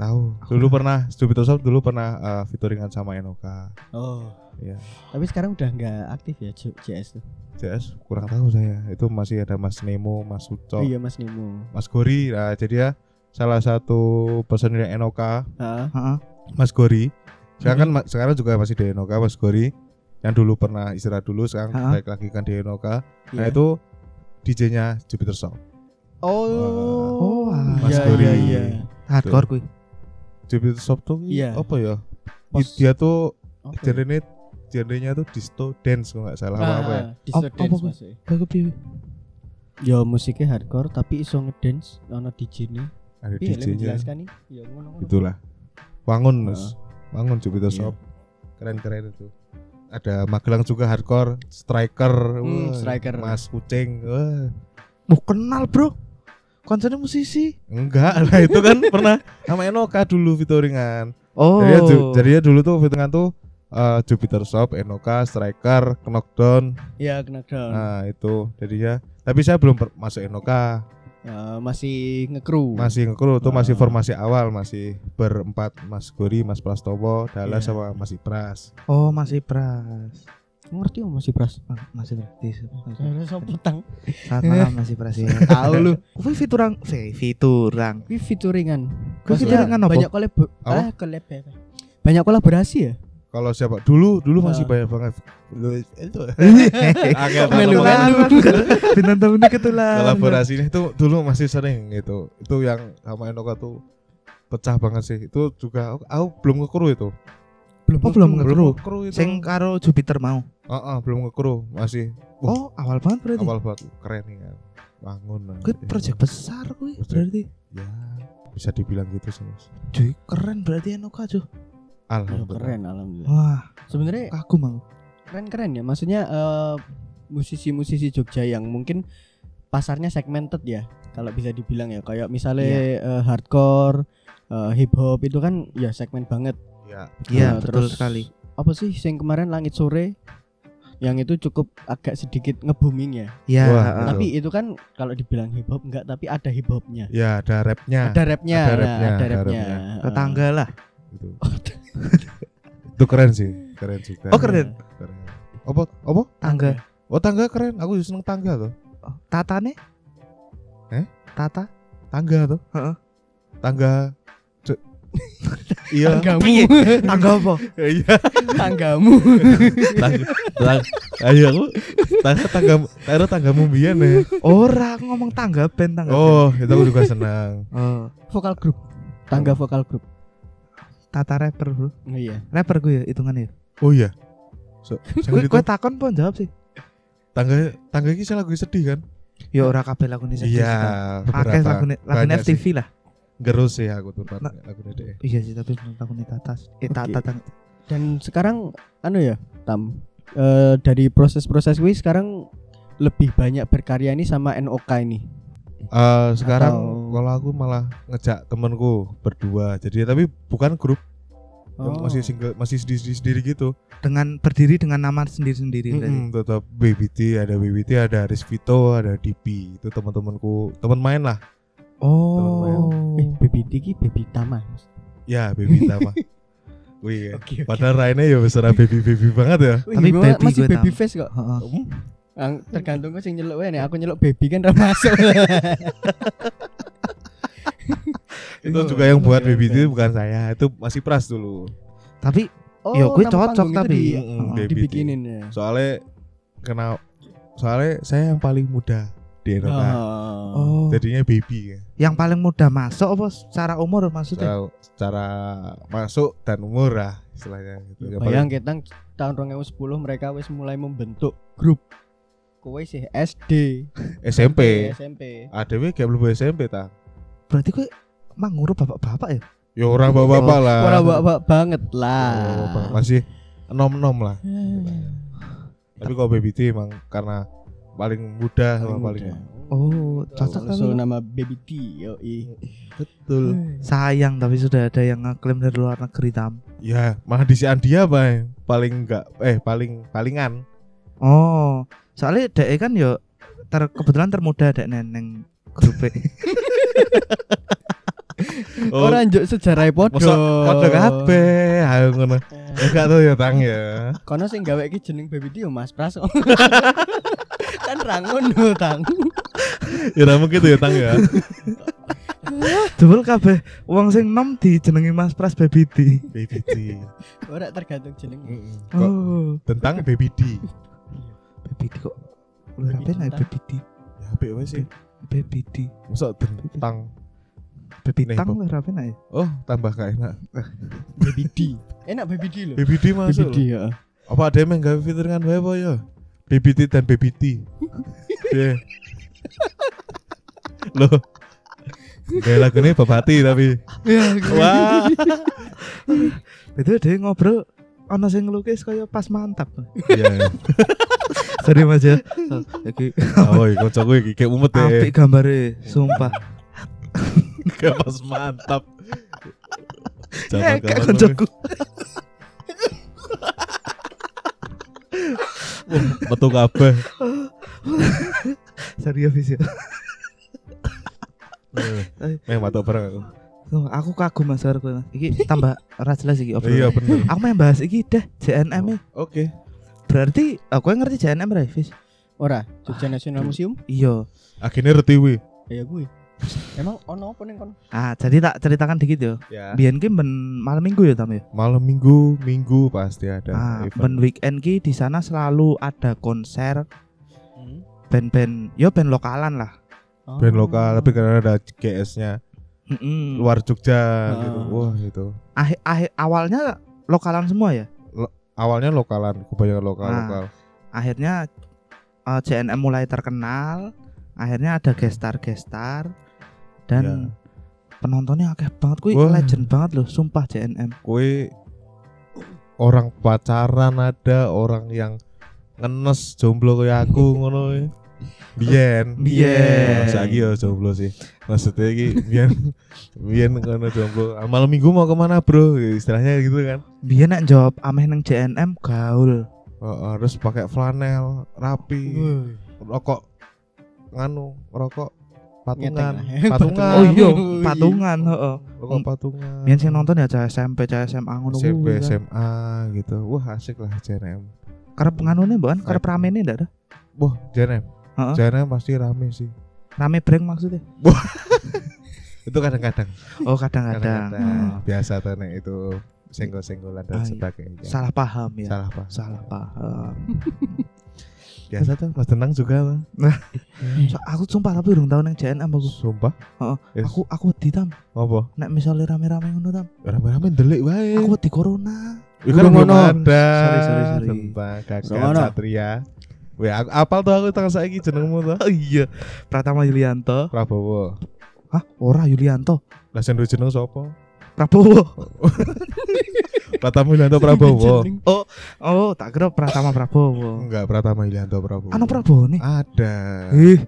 Tahu. Dulu pernah Jupiter Shop dulu pernah eh, featuringan sama Enoka. Oh. Iya. Tapi sekarang udah nggak aktif ya Ju- JS tuh. JS kurang tahu saya. Itu masih ada Mas Nemo, Mas Suco, Iya Mas Nemo. Mas Gori. Nah, jadi ya salah satu personil Enoka, Heeh. Heeh. Mhm. Mas Gori. Sekarang kan ma- sekarang juga masih di Enoka Mas Gori. yang dulu pernah istirahat dulu sekarang Ha-ha. balik lagi kan di Enoka nah Iya. itu DJ-nya Jupiter Song Oh, Oh, ah. iya, Mas Dori. iya, iya. hardcore kui Jupiter Song tuh Iya. apa ya Pos- dia tuh Apa ya? genre genrenya tuh disto dance kalau nggak salah apa apa ya Ah, disco Apa- apa dance gue? maksudnya. Kau kui piye? Ya musiknya hardcore tapi iso ngedance ono DJ-ne. ada Piye Iya, lek DJ-nya menjelaskan nih? Ya ngono-ngono. itulah wangun Ah. Mas. wangun Jupiter Iya. Shop keren keren itu ada Magelang juga hardcore striker Hmm, wah, Striker. mas kucing wah. Mau kenal bro Konsernya musisi enggak lah itu kan pernah sama Enoka dulu fituringan Oh jadi ya ju- jadinya dulu tuh fituringan tuh eh, Jupiter Shop Enoka striker knockdown Ya kena down. nah itu jadinya tapi saya belum per- masuk Enoka Eh, masih ngekru. masih ngekru tuh masih Ah. formasi awal masih berempat Mas Gori Mas Prastowo Dallas Iya. sama Mas Ibras Oh masih pras ngerti om masih pras. Masih praktis Lah sopo tang? Saat malam masih pras ya Tahu lu. Kui fiturang Fi- Fiturang Kuwi featuringan. Kui Maksudnya fiturangan apa? Banyak kolab Apa? ah kolab. apa? Banyak kolaborasi ya? kalau siapa dulu dulu masih Nah. Ah. banyak banget itu Eh, Agak Melu. Bintang tamunya ketular kolaborasinya itu dulu masih sering gitu itu yang sama Enoka tuh pecah banget sih itu juga aku, aku belum ngekru itu Belum oh, belum ngekru. belum ngekru itu Sing karo Jupiter mau. Ah, ah, belum ngekru masih Wah. Oh, awal banget berarti. awal banget keren nih kan bangun Kuwi project besar kuwi Project. berarti. ya bisa dibilang gitu sih mas Cuy, keren berarti Enoka, Ya, Cuy. alhamdulillah keren alhamdulillah. Wah, Sebenarnya kagum aku. keren-keren ya. Maksudnya eh, musisi-musisi Jogja yang mungkin pasarnya segmented ya. Kalau bisa dibilang ya, kayak misalnya eh, hardcore, eh, hip hop itu kan ya segmen banget. ya Iya, Eh, betul terus sekali. Apa sih yang kemarin langit sore yang itu cukup agak sedikit nge-booming ya. Iya, Wah, heeh. betul. Tapi itu kan kalau dibilang hip hop enggak, tapi ada hip hopnya. ya ada rapnya Ada rapnya, ada nah, rapnya, ada ada rapnya. rapnya. Eh, tetangga lah. gitu. itu keren sih keren juga Oh, keren. keren apa apa Tangga. oh tangga keren aku juga seneng tangga tuh Oh, Tata nih? Eh? Tata? tangga tuh Heeh. tangga Cuk. iya Tanggamu, Tangga apa? iya tanggamu. tangga tang- ayo aku tangga tangga tangga tanggamu biyen ya Ora aku ngomong tangga band tangga. band. oh itu aku juga senang Oh, Vokal grup, tangga vokal grup. Tata rapper, Bro. Oh, iya. Rapper gue ya hitungannya. oh iya so, Gue jangan itu gue takon pun jawab sih. tangga tangga ini saya lagu sedih kan Ya ora kabeh lagune sedih. iya sih, Kak. Pakai beberapa. lagune lagune Banyak FTV lah. gerus sih aku tuh Nah. lagu deh Iya sih, tapi belum lagune Tata. Eh Oke. Tata Tata. Dan sekarang anu ya, Tam. eh, dari proses-proses gue sekarang lebih banyak berkarya ini sama NOK ini. Eh, sekarang Atau- kalau aku malah ngejak temenku berdua jadi tapi bukan grup Oh. Oh. masih single masih sendiri sendiri gitu dengan berdiri dengan nama sendiri-sendiri berarti. Mm-mm, tetap BBT ada BBT ada Rizvito ada DP itu teman-temanku teman main lah Oh. Eh, baby Tiki, baby Tama. ya baby Tama wih Oke. padahal Raine ya besar baby baby banget ya Tapi Tapi baby masih gue baby Tama. face kok. Heeh. Ang- tergantung gue sing nyeluk wae nek aku nyeluk baby kan ra masuk. itu Iya, juga yang buat BBT bukan saya itu masih pras dulu Tapi Oh, Ya, gue nama cocok panggung itu tapi. di, Mm-mm, oh, BBT. dibikinin ya. soalnya kena soalnya saya yang paling muda di Eropa Oh. oh, jadinya baby ya yang paling mudah masuk apa secara umur maksudnya? secara, secara masuk dan umur lah istilahnya gitu. Yang Bayang ketang tahun 2010 mereka wis mulai membentuk grup. Kowe sih SD, paling SMP ya. SMP. ADW kayak belum SMP ta Berarti gue manguru bapak-bapak ya? ya orang bapak-bapak lah Iya, Ora bawa banget Oh, lah. Bang, masih nom-nom lah. Hmm. Tapi kalau baby T emang karena paling muda sama Paling paling muda. Oh, cocok Langsung tapi. nama baby T yo i. ya. betul. Sayang tapi sudah ada yang ngeklaim dari luar negeri tam. Ya, malah di si Andia Bay. paling enggak eh paling palingan. Oh, soalnya dek kan yo ter kebetulan termuda dek neneng grup Oh, Ora njuk sejarah mosok podo. padha kabeh. Ayo Ah, ngono. Enggak tuh ya Tang ya. Kono sing gawe iki jeneng baby T yo Mas Pras. kan rangun lho Tang. Ya ra mungkin tuh ya Tang ya. Jebul kabeh wong sing nom dijenengi Mas Pras Baby D. Baby D. Ora tergantung jeneng. ya. Mm-mm. Kok Oh, tentang Baby D. Baby D kok. Lu rapi nek Baby D. Ya apik wae sih. Baby D. Masa tentang Baby Nih, Tang ya? Bob. lu rapi nek. Oh, tambah gak enak. Baby D. Enak Baby D lho. Baby D masuk. loh. ya. Apa ada yang menggawe fitur kan wae apa ya? Baby T dan Baby T. Iya. Loh. Kayak lagu ini Babati tapi. Iya. Wah. Itu dia ngobrol ana sing ngelukis kaya pas mantap. Iya. Sorry Mas ya. Iki Oh, kocok gue kayak umet apik ya. gambare, sumpah. Kayak pas mantap. Zaman Kayak kapan lu? kancaku. Wah, Metu kabeh. Sorry ya Fis ya. Iya. Eh, Meh matok bareng aku. Tuh, aku kagum Mas karo kowe, Mas. Iki tambah ora jelas iki Iya obrolan. bener. Aku yang bahas iki dah JNM -nya. e. Oke. Berarti aku yang ngerti JNM ra Fis? Ora, Jogja National Museum. Iya. Akhirnya retiwi. Ya kuwi. Emang ono apa ning kono? Ah, jadi tak ceritakan dikit yo. Ya. Biyen ki ben malam Minggu ya Tam ya. Malam Minggu, Minggu pasti ada. Ah, event. ben weekend ki di sana selalu ada konser band-band yo band lokalan lah. Oh. band lokal tapi karena ada GS-nya Mm-mm. luar Jogja Ah. gitu. Wah, itu. Akhir, akhir awalnya lokalan semua ya. Awalnya lokalan, kebanyakan Ah. lokal-lokal. Akhirnya eh, JNM mulai terkenal. Akhirnya ada gestar gestar dan Ya. penontonnya akeh banget kuwi Wah. legend banget loh sumpah JNM. Kue orang pacaran ada, orang yang ngenes jomblo kayak aku ngono. ya. Biyen. Biyen. Saiki yo jomblo sih. Maksudnya iki biyen biyen ngono jomblo. Ah, Malam Minggu mau kemana Bro? Istilahnya gitu kan. Biyen nek jawab ameh nang JNM gaul. Oh, oh, terus pakai flanel rapi, Wih. rokok nganu, rokok Ngeteng patungan, lah. ya. patungan. Oh iya, Wih. patungan, heeh. Rokok patungan. Biyen sing nonton ya cah SMP, cah SMA ngono kuwi. kan. SMP, SMA gitu. Wah, asik lah JNM. Karep nganone mbokan, karep ramene ndak ada. Wah, JNM. Heeh. JNM pasti rame sih. Rame breng maksudnya. Itu kadang-kadang. Oh, kadang-kadang. Kadang-kadang. Biasa tuh nek itu senggol-senggolan Ah, dan iya. sebagainya. Salah paham ya. Salah pak. Salah paham. Biasa tuh Mas Tenang juga Pak. So, aku sumpah tapi urung tau nang JNM aku. Sumpah. Heeh. Yes. Aku aku wedi tam. Ngopo? Nek misalnya rame-rame ngono tam, Rame-rame ndelik wae. aku wedi corona. Ya kan Belum belum ono. ada. Sorry, sorry, sorry. Tentang kakak Belum ono. Satria. Weh, aku apal tuh aku tanggal saiki jenengmu tuh. Oh iya. Pratama Yulianto. Prabowo. Hah, ora Yulianto. Lah sing duwe jeneng sapa? Prabowo. Pratama Yulianto Prabowo. Jeneng. Oh, tak kira Pratama Prabowo. Enggak, Pratama Yulianto Prabowo. Anu Prabowo Eh. nih. Ada. Ih,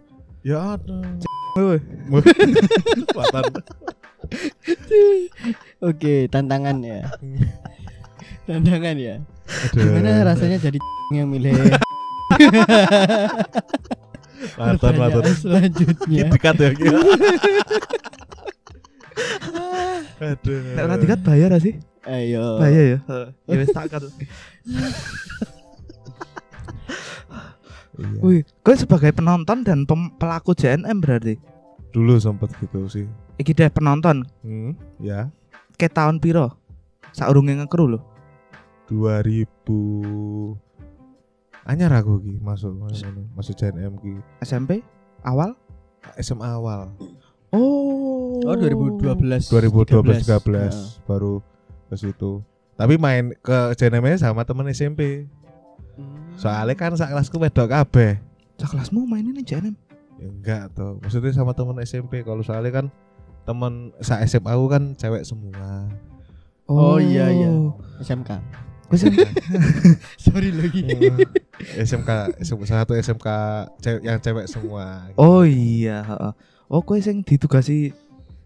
Ya ada. weh. Kuatan. Oke, tantangan ya. tantangan ya. Iya, Gimana rasanya jadi yang milih Kuatan, kuatan. pertanyaan Iya. selanjutnya? Dekat ya. Ki. Aduh. Nek ora dikat bayar gak sih? Ayo. Bahaya ya. Eh. Ya wis tak cut. Iya. Wih, kau sebagai penonton dan pem- pelaku JNM berarti. Dulu sempet gitu sih. Iki deh penonton Hmm, ya. ke tahun piro? Saurunge ngekru lho. 2000 Anyar aku ki masuk masuk- masuk JNM ki SMP awal? SMA awal Oh. Oh 2012 2012 Nah. Iya. 13 baru ke situ tapi main ke JNM -nya sama temen SMP soalnya kan sak kelasku wedok kabeh Cak kelasmu mainin nih JNM. Ya enggak toh. Maksudnya sama temen SMP kalau soalnya kan temen sa SMA aku kan cewek semua. Oh, iya, iya. SMK SMK. Sorry lagi Iya. SMK SMK satu SMK cewek yang cewek semua. Oh iya, heeh. Oh, kowe sing ditugasi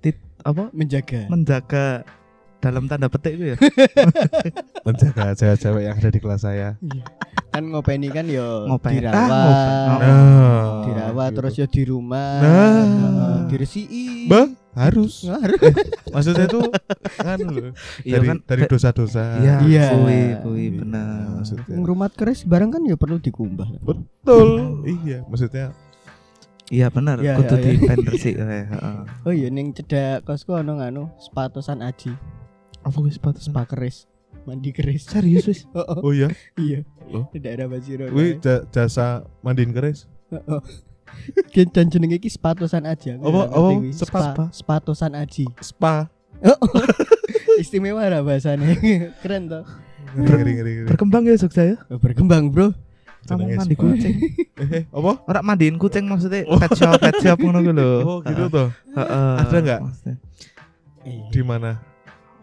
tit apa? Menjaga Menjaga dalam tanda petik itu ya. Menjaga cewek-cewek yang ada di kelas saya. Kan ngopeni kan yo Ngopeni. Ah, ngopen. Dirawat Nah, Dirawat gitu. Oh, terus yo di rumah Nah. Heeh, Diresiki Bah, harus. Eh, Ngaruh. Maksudnya itu kan loh, dari dari pe- dosa-dosa. Iya, Iya. kuwi kuwi Iya, bener. Maksudnya. Ngrumat keris barang kan ya perlu dikumbah Betul. Iya, maksudnya Iya bener, Iya, kudu iya, di iya. bender sih. Eh, heeh. Oh iya ning cedak kosku ono nganu sepatusan aji, Apa gue sepatu sepatu? spa keris. Mandi keris. Serius wis. Oh, oh, Oh iya, iya. Oh. Di daerah Basiro. kuwi ja- jasa mandiin keris. Heeh. Ki- Dan jenenge iki sepatusan aji. aku Apa- nggak ngerti apa? kuwi. Sepa- Spa- spa? sepatusan aji. Spa. Oh, oh. Istimewa lah bahasanya. Keren toh. Ngeri ngeri ngeri. ngeri. Berkembang ya Jogja ya. Berkembang, Bro. Kamu Jenenge mandi spa. kucing. Eh, eh, apa? ya, Ora mandiin kucing maksudnya pet shop, pet shop ngono kuwi lho. Oh gitu tuh. Heeh. Ada nggak? Maksudnya. Eh, Di mana?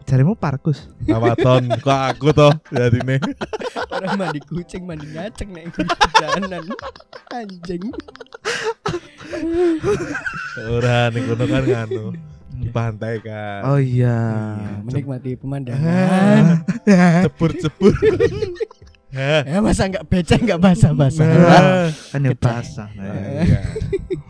Jarimu parkus. Awaton. Kok aku toh jadi nih. Orang mandi kucing, mandi ngaceng nek kuwi jalanan. Anjing. Ora ning kono kan nganu di pantai kan. Oh iya. Iya, menikmati pemandangan. Ah, Cebur-cebur. Hah. Ya masa nggak becek nggak basah-basah. Nah. Ah, Kan ya basah. Eh. Iya.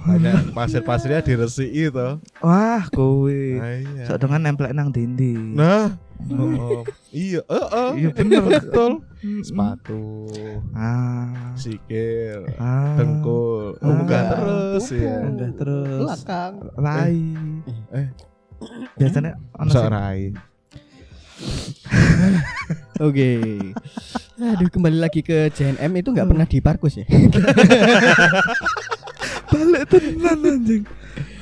Banyak pasir-pasirnya diresiki toh. Wah, kowe. Ah, Iya. Sok dengan nemplek nang dindi. Nah, oh, oh. iya, eh, eh, Iya, bener bener. betul. Mm-mm. Sepatu, Ah. sikil, Ah. dengkul, oh, Ah. munggah terus ya. Munggah terus. Belakang. Lai. Eh. Hmm? Biasanya ono Masa sing- rai. Oke. Aduh kembali lagi ke JNM itu nggak pernah di Parkus ya. balik tenan anjing.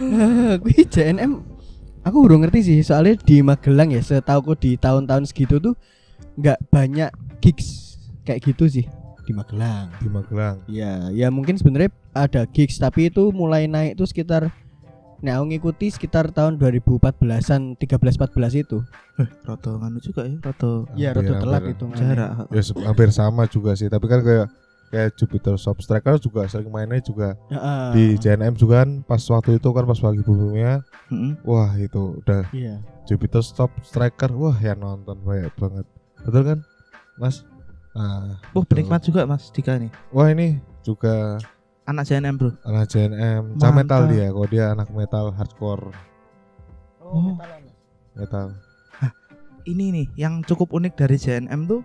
Kui JNM aku belum ngerti sih soalnya di Magelang ya setauku di tahun-tahun segitu tuh nggak banyak gigs kayak gitu sih di Magelang. Di Magelang. Ya, ya mungkin sebenarnya ada gigs tapi itu mulai naik tuh sekitar Nah, aku ngikuti sekitar tahun 2014-an, 13-14 itu. Roto nganu juga ya, roto Ya, Hampir, rada telat hampir. itu. jarak. Ya se- hampir sama juga sih, tapi kan kayak kayak Jupiter Substract kan juga sering mainnya juga Ah. Heeh. di JNM juga kan pas waktu itu kan pas pagi bumi Heeh. wah itu udah Iya. Jupiter Stop Striker wah yang nonton banyak banget betul kan mas nah, Oh, betul. penikmat juga Mas Dika nih. wah ini juga Anak JNM, Bro. anak JNM Cah Mantap. metal dia kalau dia anak metal hardcore Oh. metal Ini nih yang cukup unik dari JNM tuh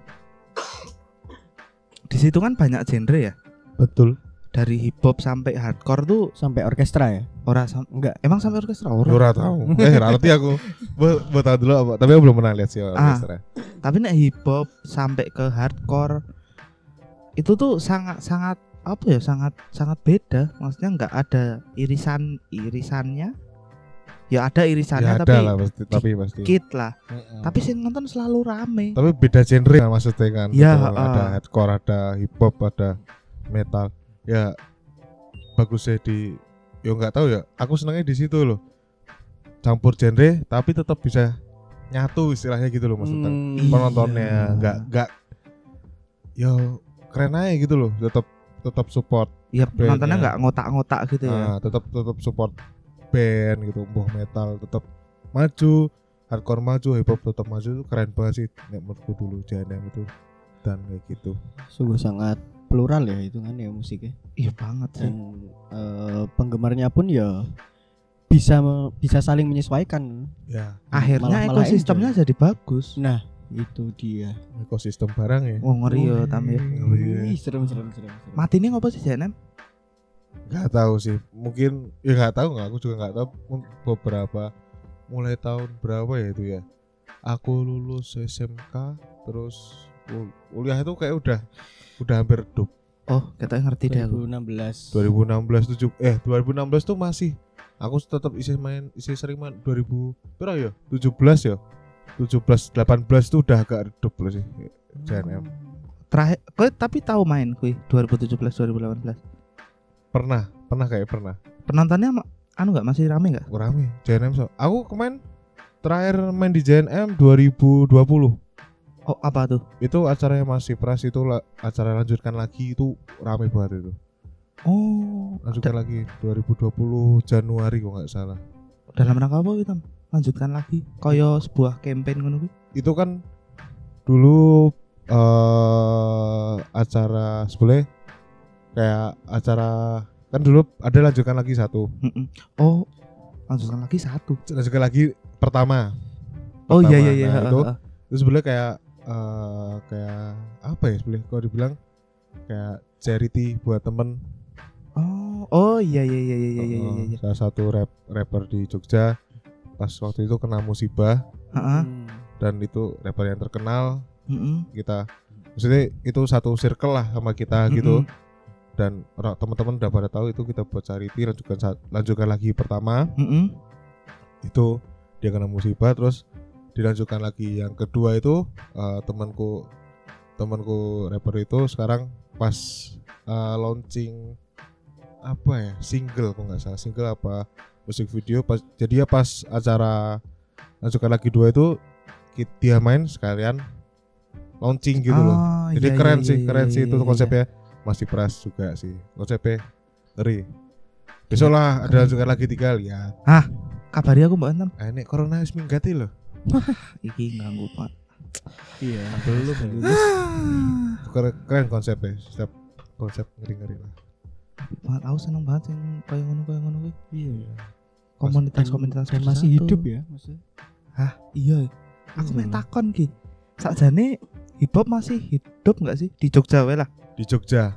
di situ kan banyak genre ya. betul Dari hip hop sampai hardcore tuh Sampai orkestra ya? ora sam- Enggak. emang sampai orkestra ora. Ora tahu eh ngerti aku Bu- buat tahu dulu apa tapi aku belum pernah lihat sih Ah, orkestra Tapi nek hip hop sampai ke hardcore itu tuh sangat sangat apa ya sangat sangat beda. Maksudnya nggak ada irisan irisannya. Ya ada ya irisannya ada tapi lah Hmm. pasti tapi pasti dikit lah. Mm-mm. Tapi sing nonton selalu rame. tapi beda genre kan maksudnya kan Ya, betul. ah. ada hardcore ada hip hop ada metal ya bagusnya di yo nggak tahu ya aku senangnya di situ loh campur genre tapi tetap bisa nyatu istilahnya gitu loh maksudnya Hmm. penontonnya Iya. nggak nggak yo keren aja gitu loh tetap tetap support Ya Bandnya. penontonnya nggak ngotak-ngotak gitu ya. Nah, tetap tetap support band gitu boh metal tetap maju hardcore maju hip hop tetap maju itu keren banget sih nek menurutku dulu JNM itu dan kayak gitu Sungguh sangat plural ya hitungannya musiknya. Iya banget Hmm. sih. Dan eh, penggemarnya pun ya bisa me- bisa saling menyesuaikan. ya Akhirnya Malah-malah ekosistemnya jadi bagus. Nah, itu dia. ekosistem barang ya Wong ngeri yo tam ya. Hmm. Ih, serem serem serem. serem. Mati ini ngopo sih JNM? nggak tahu sih mungkin ya nggak tahu nggak aku juga nggak tahu M- beberapa mulai tahun berapa ya itu ya aku lulus SMK terus kul- kuliah itu kayak udah udah hampir du- Oh, kita ngerti deh aku. 2016. 2016 tujuh eh 2016 tuh masih aku tetap isi main isi sering main 2000 berapa ya 17 ya 17 18 tuh udah agak redup loh sih JNM Terakhir, kowe tapi tahu main kui 2017 2018. pernah pernah kayak pernah Penontonnya ma- anu nggak masih rame nggak? kurang JNM so aku kemarin terakhir main di JNM 2020 Oh, apa tuh? itu acaranya masih pras itu la- acara lanjutkan lagi itu rame banget itu Oh, lanjutkan lagi 2020 Januari kok nggak salah dalam rangka apa kita lanjutkan lagi koyo sebuah campaign ngono kuwi itu kan dulu eh acara sebelah kayak acara kan dulu ada lanjutkan lagi satu Mm-mm. oh lanjutkan lagi satu lanjutkan lagi pertama oh iya Pertama, iya iya nah, heeh, itu. heeh. itu sebelah kayak eh kayak apa ya sebelah kalau dibilang kayak charity buat temen oh Oh, oh iya iya iya iya iya iya Heeh, iya. iya. Salah satu rap, rapper di Jogja pas waktu itu kena musibah Heeh. Hmm. dan itu rapper yang terkenal Mm-mm. kita maksudnya itu satu circle lah sama kita gitu Mm-mm. dan orang teman-teman udah pada tahu itu kita buat charity lanjutkan sa- lanjutkan lagi pertama Mm-mm. itu dia kena musibah terus dilanjutkan lagi yang kedua itu eh, temanku temanku rapper itu sekarang pas eh, launching apa ya single kok nggak salah single apa musik video pas jadi ya pas acara lanjutkan lagi dua itu ki- dia main sekalian launching gitu loh Oh, iya, jadi keren iya, sih iya, keren iya, sih iya, itu iya. konsepnya masih peras juga sih konsepnya Iya. ngeri besok lah ada Keren. lanjutkan lagi tiga lihat Kabari aku Mbak Entem. Ah, ini corona wis minggati loh. Iki ganggu banget. Iya, belum Keren, keren konsepnya, setiap konsep ngeri-ngeri lah. Banget aku seneng banget sing koyo ngono koyo ngono kuwi. Iya. Komunitas Dan- komunitas dan masih hidup ya, maksudnya. Iya. Aku Hmm. main takon ki. Sakjane hip hop masih hidup nggak sih di Jogja wae lah. Di Jogja.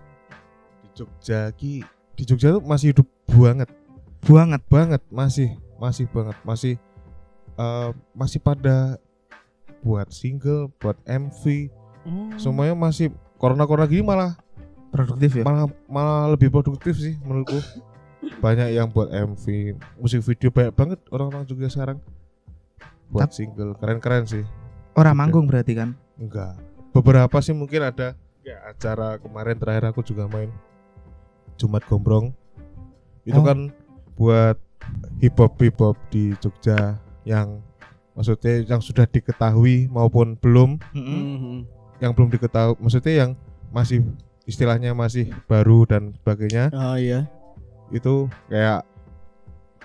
Di Jogja ki di Jogja tuh masih hidup banget, Banget. banget masih, masih banget, masih eh, masih pada buat single, buat MV, Hmm. Hmm. semuanya masih corona-corona gini malah Produktif ya. malah malah lebih produktif sih menurutku. Banyak yang buat MV, musik video banyak banget orang-orang Jogja sekarang buat single, keren-keren sih. Orang manggung berarti kan. Enggak. Beberapa sih mungkin ada ya acara kemarin terakhir aku juga main Jumat Gombrong. Itu Oh. kan buat hip hop hip hop di Jogja yang maksudnya yang sudah diketahui maupun belum, Heeh. Mhm. yang belum diketahui maksudnya yang masih istilahnya masih baru dan sebagainya Oh iya. itu kayak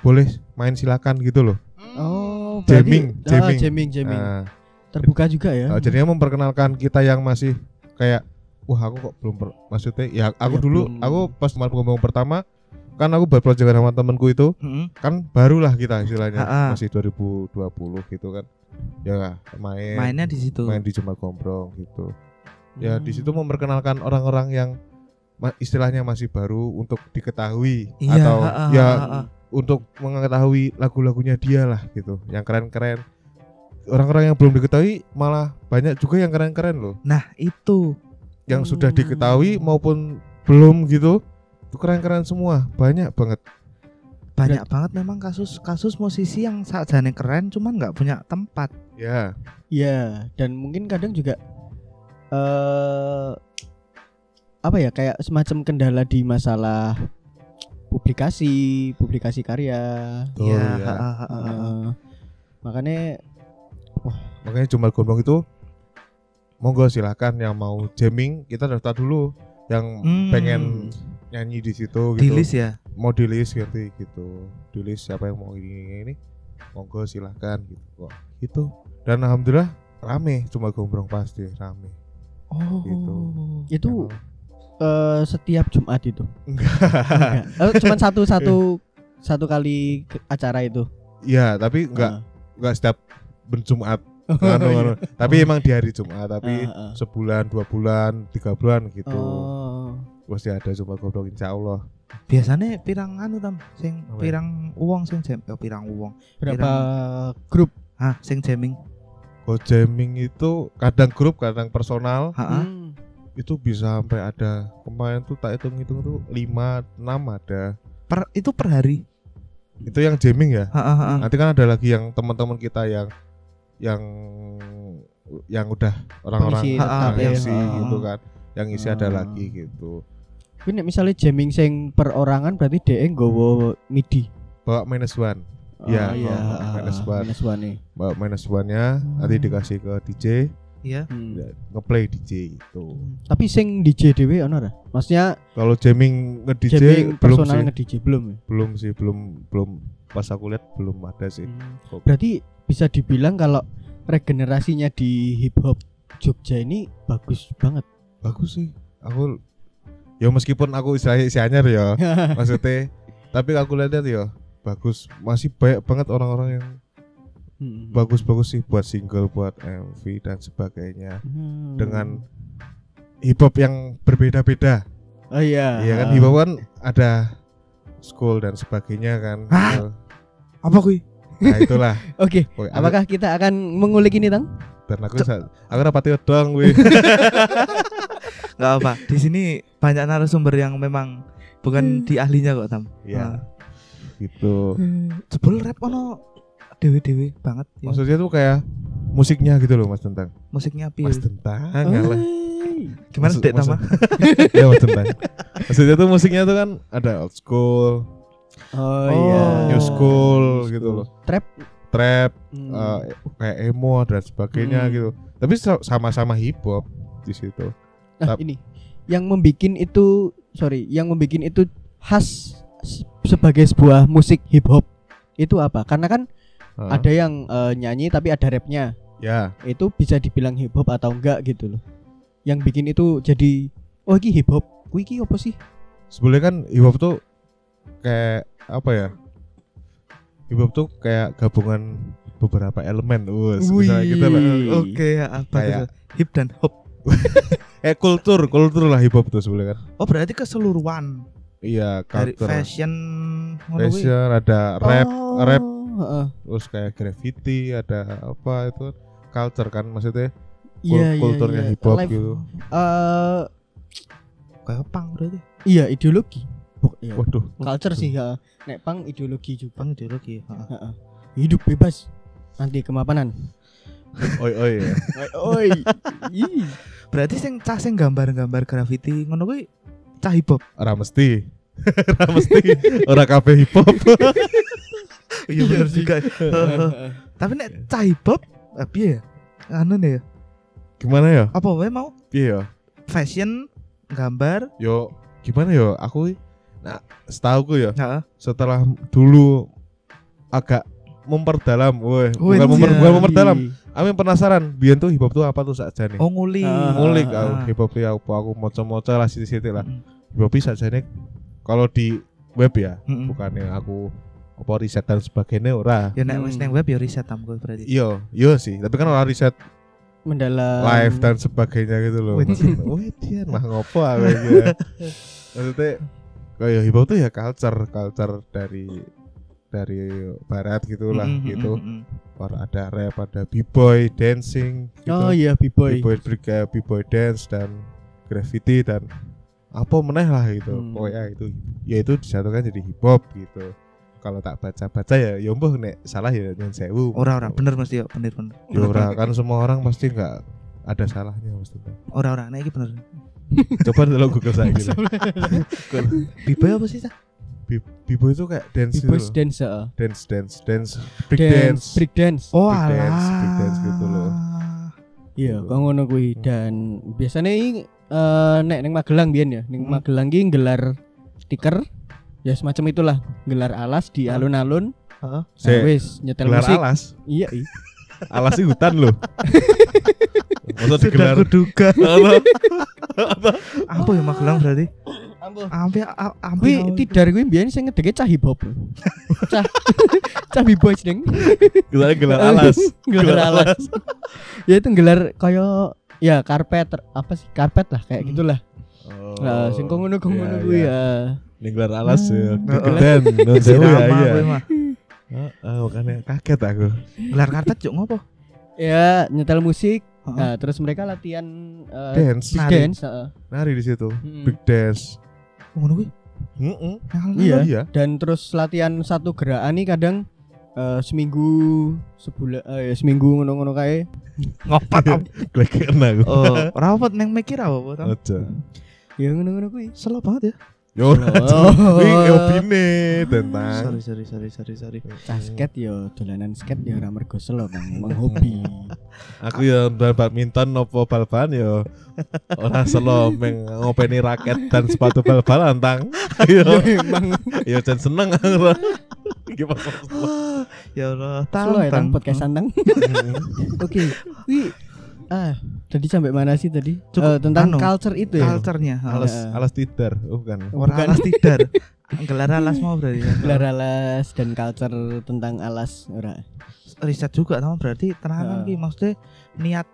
boleh main silakan gitu loh. Oh, Jamming, berarti- Ah, jamming. jamming, Iya, jamming. Nah, Terbuka juga ya. Uh, jadinya memperkenalkan kita yang masih kayak wah aku kok belum per- maksudnya ya Iya, aku Ya, dulu belum. aku pas malam ngomong pertama kan aku buat project sama temenku itu Heeh. kan barulah kita istilahnya Ha-ha. masih 2020 gitu kan ya main main, Mainnya di situ. di Jumat Gombrong gitu ya Hmm. di Hmm. situ memperkenalkan orang-orang yang ma- istilahnya masih baru untuk diketahui Iya, atau ha-ha, ya ha-ha. untuk mengetahui lagu-lagunya dia lah gitu yang keren-keren orang-orang yang belum diketahui malah banyak juga yang keren-keren loh Nah, itu. yang sudah Hmm. diketahui maupun belum gitu itu keren-keren semua banyak banget Banyak banget memang kasus-kasus musisi yang sakjane keren cuman nggak punya tempat. ya Ya, dan mungkin kadang juga eh apa ya kayak semacam kendala di masalah publikasi, publikasi karya. Iya, Betul, ya. ha, ha, ha, ha. Eh, makanya makanya Jumat Gombrong itu monggo silahkan yang mau jamming kita daftar dulu yang Hmm. pengen nyanyi di situ Di gitu list ya. mau di list ngerti gitu di list siapa yang mau ini ini monggo silahkan gitu kok gitu dan alhamdulillah rame cuma gombrong pasti rame Oh. Gitu. itu eh, setiap Jumat itu. enggak Enggak. Eh, cuman satu satu satu kali ke- acara itu. iya tapi enggak Ah. enggak setiap ben Jumat Oh, Anu, iya. anu. tapi emang di hari Jumat tapi Ah, ah. sebulan dua bulan tiga bulan gitu Oh. pasti ada cuma gombrong insya Allah Biasanya pirang anu tam sing Apa ya? pirang uang sing jam oh, pirang uang. Berapa grup? Hah, sing jamming. kalau jamming itu kadang grup kadang personal Heeh. Hmm. itu bisa sampai ada kemarin tuh tak hitung-hitung tuh lima enam ada Per itu per hari. itu yang jamming ya Heeh, heeh. nanti kan ada lagi yang teman-teman kita yang yang yang udah orang-orang Pengisi yang tetap ya. isi Ah. gitu kan yang isi ada Ah. lagi gitu Kuwi nek misalnya jamming sing perorangan berarti DE nggawa MIDI. bawa minus one Oh, Iya, iya. oh, minus one. Minus one nih. bawa minus one nya nanti dikasih ke DJ Iya. Hmm. ya, ngeplay DJ gitu Tapi sing DJ dhewe ana ora? Maksudnya kalau jamming nge DJ jamming belum personal sih nge DJ belum ya? belum sih belum belum pas aku lihat belum ada sih Hmm. Kok- Berarti bisa dibilang kalau regenerasinya di hip hop Jogja ini bagus banget. bagus sih aku ya meskipun aku istilahnya isi anyar ya maksudnya tapi aku lihat ya bagus masih banyak banget orang-orang yang Hmm. bagus-bagus sih buat single buat MV dan sebagainya Hmm. dengan hip hop yang berbeda-beda Oh iya. Iya kan hip hop kan ada school dan sebagainya kan. Hah? Apa kui? Nah itulah. Oke, Woi, aku- apakah kita akan mengulik ini, Tang? Dan aku sa- aku rapati dong wih. Enggak apa. Di sini banyak narasumber yang memang bukan di ahlinya kok, Tam. Iya. Gitu. Iya. Jebul rap ono dewe-dewe banget ya. Maksudnya tuh kayak musiknya gitu loh Mas Tentang. musiknya piye. Mas Tentang ngalah. Woi. Iya. Ah, Gimana Maksud- sih Tam? maksud- Iya Mas Tentang. Maksudnya tuh musiknya tuh kan ada old school, Oh, Oh. iya. new school New gitu school. loh. Trap. Trap, Hmm. eh, kayak emo dan sebagainya Hmm. gitu. Tapi sa- sama-sama hip hop di situ. nah, tap- ini yang membikin itu sorry, yang membikin itu khas se- sebagai sebuah musik hip hop itu apa? Karena kan Heeh. ada yang eh, nyanyi tapi ada rapnya. Ya, Itu bisa dibilang hip hop atau enggak gitu loh. Yang bikin itu jadi oh iki hip hop. Kuwi iki apa sih? sebenarnya kan hip hop tuh kayak apa ya hip hop tuh kayak gabungan beberapa elemen wes misalnya Wih. gitu lah Oke, ya, apa Kayak- itu? Hip dan hop. eh kultur kultur lah hip hop tuh sebenarnya kan Oh, berarti keseluruhan iya dari culture fashion ngono kui. fashion Oh. ada rap rap. Heeh. terus kayak graffiti ada apa itu kan culture kan maksudnya kul- Iya, iya, kulturnya iya. hip hop Live- gitu eh, Kayak pang berarti. iya ideologi. Buk- iya. waduh Culture sih, heeh. Nek pang ideologi juga. Pang ideologi. heeh. Heeh. Hidup bebas anti kemapanan. oi oi ya. Oi. Ih. Berarti sing cah sing gambar-gambar graffiti ngono kuwi cah hip hop. ora mesti ora mesti ora kabeh hip hop Iya bener juga. Kan, Heeh. eh. Tapi nek cah hip hop eh, piye ya? Anu nih ya. gimana ya Apa wae mau piye ya fashion gambar yo gimana yo aku nah setahu ya heeh. setelah dulu agak memperdalam, woi, bukan, Wenjai. memper, bukan memperdalam. Amin penasaran, biyen tuh hip hop tuh apa tuh sakjane? oh nguli Ah, Ngulik ah, aku ah. hip hop tuh ya apa aku moco-moco lah sithik-sithik lah. Mm, Hip hop sakjane kalau di web ya, mm, mm. bukannya aku apa riset dan sebagainya ora. Ya nek wis Hmm. nang web ya riset tam gue berarti. Iya, iya sih, tapi kan ora riset Mendalam. live dan sebagainya gitu loh. Wenjai. Wih, dia mah ngopo aku iki ya. Maksudnya kayak hip hop tuh ya culture, culture dari dari barat gitulah Mm, mm, gitu. mm, mm, mm. Or ada rap, ada b-boy, dancing, gitu. Oh iya B-boy. b-boy brigade, b-boy dance dan graffiti dan apa meneh lah gitu. Hmm. Pokoknya itu yaitu disatukan jadi hip hop gitu. Kalau tak baca-baca ya ya mbuh nek salah ya nyun sewu. Ora ora bener mesti ya bener bener. Ya ora kan semua orang pasti nggak ada salahnya mesti. Ora ora nek iki bener. Coba dulu Google saya gitu. Biboy apa sih cah? B-boy itu kayak dance gitu. B-boy loh. dance. heeh. Dance dance dance break dance. break dance. Oh Break dance, alah. break dance gitu loh. Iya, kok ngono kuwi dan biasanya ini eh, nek ning Magelang biyen ya, ning Hmm. Magelang ki gelar stiker ya semacam itulah, gelar alas di Ah. alun-alun. Heeh. Nah, Saya wis nyetel gelar musik. alas. Iya, iya. alas itu hutan loh Sudah Masa digelar kuduga. Apa ya Magelang berarti? Ampun. Ampe a- ampe Kuwi awal. tidar kuwi biyen sing ngedege cah hip hop. Cah cah B-boy jeneng. gelar gelar alas gelar alas. ya itu gelar kayak ya karpet apa sih karpet lah kayak Hmm. gitulah. oh, Nah, sing kok ngono kok ngono kuwi ya. Ah. Nah, Ini gelar alas ya Heeh. keren non sewu ya Sirama iya kowe mah. Heeh, makanya kaget aku Gelar karpet juk ngopo? Ya nyetel musik. Heeh. Nah, terus mereka latihan eh, dance big Nari. dance heeh. nari di situ Mm. big dance Ngono kuwi. Heeh. Iya. iya dan terus latihan satu gerakan nih kadang eh, seminggu sebulan eh, ya seminggu ngono-ngono kae. Ngopat. Tam. lagi aku Oh, rapat neng mikir apa Tam? aja Ya ngono-ngono kuwi. Slow banget ya. yo ini opine tentang Sorry sorry sorry sorry sorry. Cah skate yo dolanan skate ya ora mergo selo Bang, emang hobi. aku ya bal badminton nopo bal balan yo orang selo meng ngopeni raket dan sepatu bal balan tang yo Ya, Emang yo jan seneng aku. gimana Ah, ya Allah, Slow ya tang tantang. Hmm. podcast sandang. Oke. Wi. Ah, tadi sampai mana sih tadi? Eh, Cukup tentang anu, culture itu ya. Culture-nya. alas Iya. alas tidar oh, bukan Ora Bukan. alas tidar. Gelar alas mau berarti. ya. Gelar alas dan culture tentang alas ora. Riset juga sama berarti tenanan ki maksudnya niat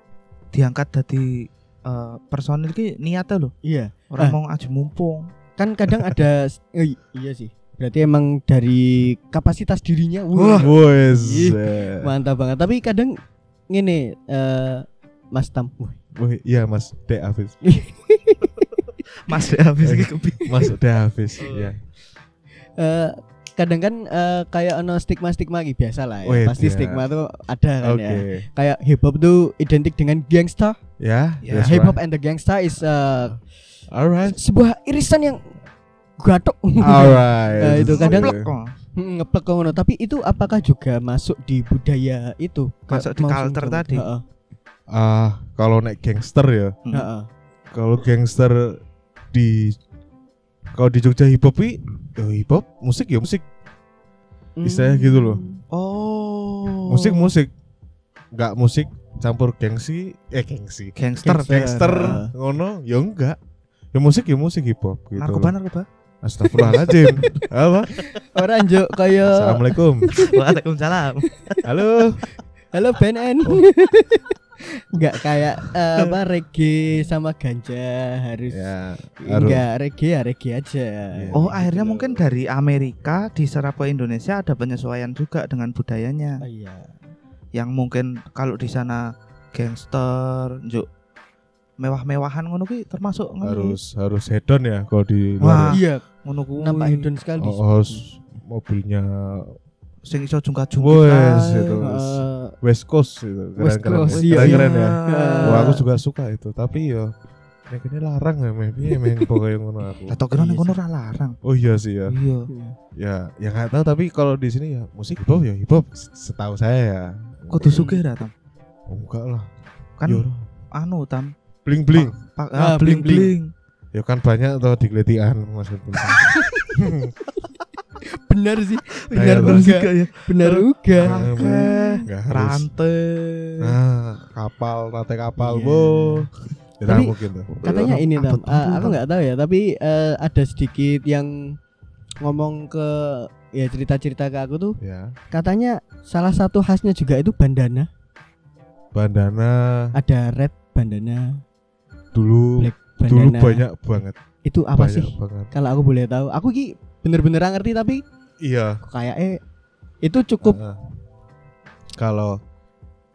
diangkat dari eh, personil ki niatnya loh. Iya. Ah. Orang mau aju mumpung. Kan kadang ada eh, iya sih. Berarti emang dari kapasitas dirinya. Wah, Wes. Ih, mantap banget. Tapi kadang ngene eh Mas Tam. Wah, Wih, iya Mas D Hafiz. Mas habis Eh. iki kepi. Mas D Hafiz. Iya. eh, kadang kan eh, kayak ono stigma-stigma gitu biasa lah ya. Wait, Pasti ya. stigma tuh ada kan ya. Oke. Kayak hip hop tuh identik dengan gangsta. Ya. Ya, that's Hip hop right. and the gangsta is eh, Alright. sebuah irisan yang gatok. Oh. Alright. Nah, itu kadang- Ngeplek kok. Mm, ngeplek kok ngono tapi itu apakah juga masuk di budaya itu Kayak Masuk di mau culture sungkem. tadi? Heeh, Ah, kalau naik gangster ya. heeh. Kalau gangster di kalau di Jogja hip hop i, ya hip hop, musik ya musik, Istilahnya gitu loh. Hmm. Oh. musik musik. Enggak musik campur gengsi, eh gengsi. gangster. Gangster Ah. ngono ya enggak. Ya musik ya musik hip hop gitu. Narkoba loh. narkoba. Astagfirullahaladzim. Apa? orang juk kayak Assalamualaikum. Waalaikumsalam. Halo. halo BNN Oh. nggak kayak eh, apa reggae sama ganja harus Ya, harus. enggak reggae ya reggae aja Iya. Oh, Gitu akhirnya loh. mungkin dari Amerika diserap ke Indonesia ada penyesuaian juga dengan budayanya. Oh, iya yang mungkin kalau di sana gangster njuk mewah-mewahan ngono ki termasuk ngono harus harus head on ya kalau di Wah, luar. ya. iya ki. ngono kuwi nampak hedon sekali Oh, harus mobilnya sing iso jungkat-jungkit Wes kae. Eh, itu. Heeh. West Coast itu West keren-keren Coast, iya, ya. Keren-keren ya. Iya. Wah, aku juga suka itu, tapi ya nek ini larang ya, maybe ya, main pokoknya ngono aku. Lah tok kira ning Iya kono ra larang. Oh iya sih ya. Iya. Ya, ya nggak tahu tapi kalau di sini ya musik hip hop ya hip hop setahu saya ya. Kudu sugih ra tam. Oh, enggak lah. Kan Yo. anu tam. Bling bling. Pak Ah, ah, bling-bling. Ya kan banyak tuh digeletian maksudnya. benar sih benar Iya, Bang. juga Juga ya. benar juga Kakek. Enggak harus. Rantai. Nah, kapal, rantai kapal, Iya. bu. Oh. Ya, Tapi- mungkin tuh. katanya ini tam Abot Ah, banget. aku nggak tahu ya tapi eh, ada sedikit yang ngomong ke ya cerita-cerita ke aku tuh Ya, katanya salah satu khasnya juga itu bandana bandana ada red bandana dulu black bandana dulu banyak banget. itu apa banyak sih Banget. kalau aku boleh tahu aku ki bener-bener nggak ngerti tapi Iya. kok kayak eh itu cukup Heeh. Kalau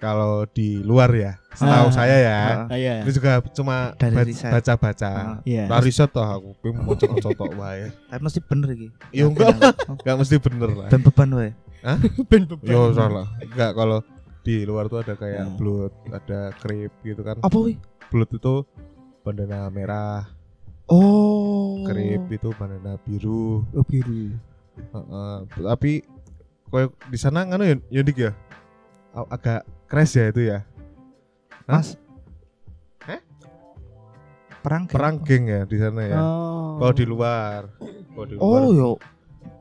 kalau di luar ya, Ah. setahu saya ya. Ah, kayak Ini juga cuma Dari ba- riset. baca-baca. iya Nah, riset toh aku, gue mau cotok-cotok wae. Tapi mesti bener iki. Ya enggak, Oh, enggak mesti bener lah. Ben beban wae. ben beban. Yo salah. Enggak kalau di luar tuh ada kayak Hmm. blood, ada krip gitu kan. Apa wi? Blood itu bandana merah, Oh. krip itu bandana biru. Oh, biru Heeh. Tapi koyo di sana nganu ya, ya Dik, ya. A- Agak crash ya itu ya. Mas. Hah? Perang. geng. Perang geng ya di sana ya. oh Kalau di luar. Kalau di luar. Oh yo.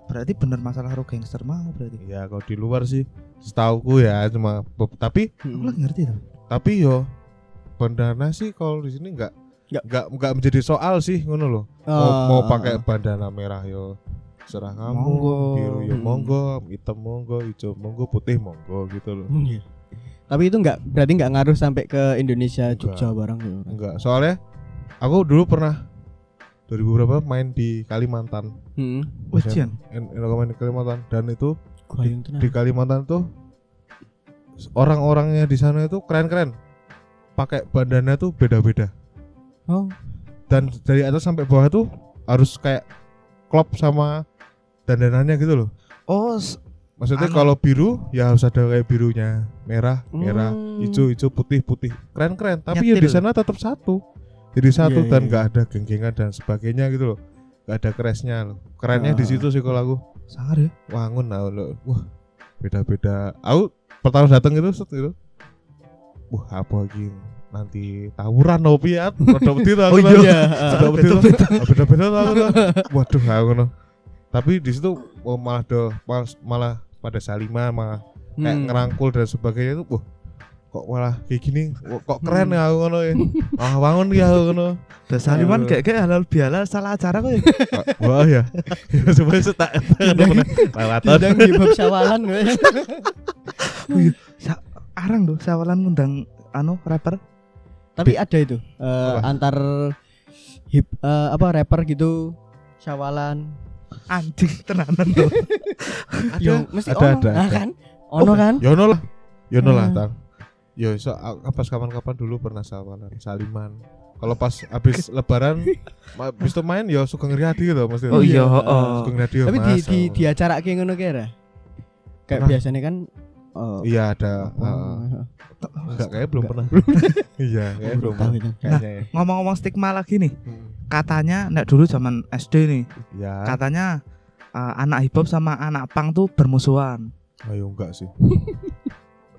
Berarti bener masalah rock gangster mau berarti. Iya, kalau di luar sih setauku ya cuma be- tapi Aku Mm. lagi ngerti tuh. tapi yo bandana sih kalau di sini nggak Nggak. nggak nggak menjadi soal sih ngono loh. Mau, Oh. mau pakai bandana merah yo serah kamu. Monggo. Biru yo Hmm. monggo, hitam monggo, hijau monggo, putih monggo gitu loh. Hmm, iya. tapi itu nggak berarti nggak ngaruh sampai ke Indonesia Jogja barang gitu. Enggak, soalnya aku dulu pernah 2000 berapa main di Kalimantan. Heeh. Wajian. En- en- aku main di Kalimantan dan itu Gayung tenan. di Kalimantan tuh orang-orangnya di sana itu keren-keren pakai bandana tuh beda-beda Oh. dan dari atas sampai bawah tuh harus kayak klop sama dandanannya gitu loh Oh, s- maksudnya Anu. kalau biru ya harus ada kayak birunya merah merah Hmm. hijau hijau putih putih keren-keren tapi ya Nyetir. di sana tetap satu jadi satu Iya, dan iya. nggak ada genggengan dan sebagainya gitu loh nggak ada crashnya loh kerennya di Ah. situ sih kalau aku sangar ya. wangun aku lho. wah beda-beda aku pertama datang itu set gitu wah apa lagi nanti tawuran opi ya Rodok wedi tuh aku Oh tau. iya. Rodok wedi tuh. beda-beda tuh aku tau. waduh aku no. tapi di situ oh, malah do malah, malah pada saliman malah kayak Hmm. ngerangkul dan sebagainya itu wah kok malah kayak gini Wah, kok keren ya aku ngono ya Hmm. ah wangun ya aku ngono Dasariman Aduh. kayak kayak halal bihalal salah acara kok. ya. Ah, wah ya ya sebenarnya setak lewatan Tidang di bab syawalan gue. Sa- Arang loh, sawalan ngundang anu rapper. Tapi ada itu eh, Apa? antar hip eh, apa rapper gitu syawalan. anjing tenanan tuh Yo, mesti ada, ono. ada, Nah, ada. Oh, kan? Ono kan? Yono lah. Yono lah Hmm. tang. Yo so, a- pas kapan-kapan dulu pernah sawanan, saliman. Kalau pas habis lebaran ma- habis itu main yo suka ngeri hati gitu mesti. oh iya oh, Suka ngeri hati yo, Tapi di ya Mas. oh. di di acara kayak ngono kayak ra? Kayak Pernah. biasanya kan oh, Iya ada. apa, heeh. Enggak kayak belum Enggak. pernah. Iya, kayak belum. tahu pernah. itu. Nah, Kayaknya ya. ngomong-ngomong stigma lagi nih Hmm. katanya nek dulu zaman SD nih Ya. katanya eh, anak hip hop sama anak punk tuh bermusuhan Ayo enggak sih.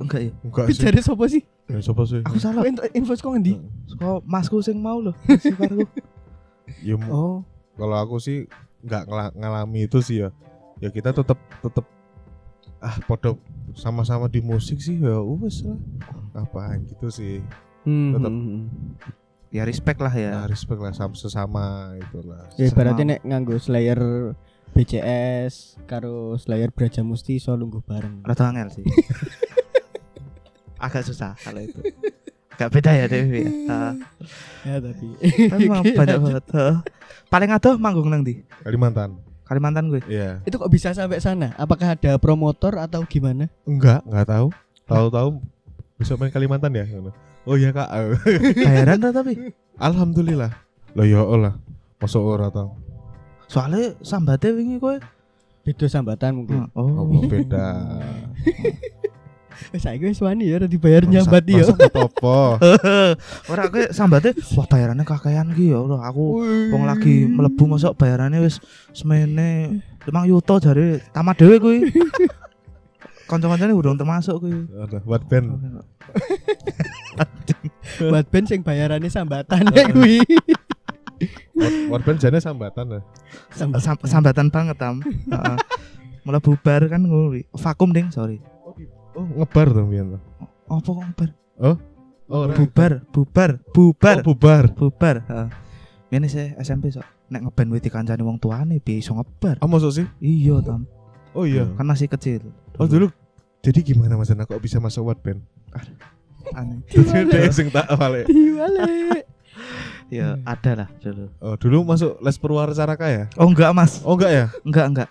enggak ya Enggak Tapi sih. dari sapa sih? Ya siapa sih? aku salah Ent- Info kok ngendi? kok masku sing mau loh sifarku Ya, mu- Oh, kalau aku sih nggak ngela- ngalami itu sih ya ya kita tetap tetap ah podo sama-sama di musik sih ya wes lah apaan gitu sih hmm. Tetep. ya respect lah ya nah, respect lah sama sesama itulah Ya Sama. ibaratnya nek nganggo Slayer BCS karo Slayer Braja Musti iso lungguh bareng. Nah. rada angel sih agak susah kalau itu agak beda ya Dewi ya. Ah, Ya tapi. tapi emang Oke, banyak lanjut. banget Heeh. paling adoh manggung nang di Kalimantan Kalimantan gue Iya Itu kok bisa sampai sana? Apakah ada promotor atau gimana? enggak nggak tahu tahu-tahu bisa main Kalimantan ya oh ya kak bayaran tuh tapi alhamdulillah lo ya Allah masuk ora tau soalnya sambate wingi kowe Beda sambatan mungkin. oh, oh beda Wes saiki wis wani ya ora dibayar nyambat ya. Masa- masa apa-apa. ora kowe sambate wah bayarannya kakean ki ya Allah aku wong lagi melebu mosok bayarannya wis semene limang yuto jare tamat dhewe kuwi kanca-kancane urung termasuk kuwi ada buat band Hmm. buat band sing bayarannya sambatan ya kuwi. buat band jadinya sambatan ya? lah Sambatan. Sam- sambatan banget tam Heeh. malah bubar kan nguri vakum ding sorry oh ngebar tuh Bian tuh. apa kok bubar oh, ora. bubar bubar bubar Oh, bubar. bubar ini saya SMP sok nek ngeband witi kancane wong tuane piye iso ngebar Oh, masuk sih? iya tam Oh iya. kan masih kecil Oh dulu jadi gimana Mas Ana kok bisa masuk Wattpad? aneh Dhewe sing tak awale. Iya, Diwalek. ya Hmm. ada lah dulu Oh, dulu masuk les perwarcaraka ya? oh enggak mas Oh enggak ya? enggak enggak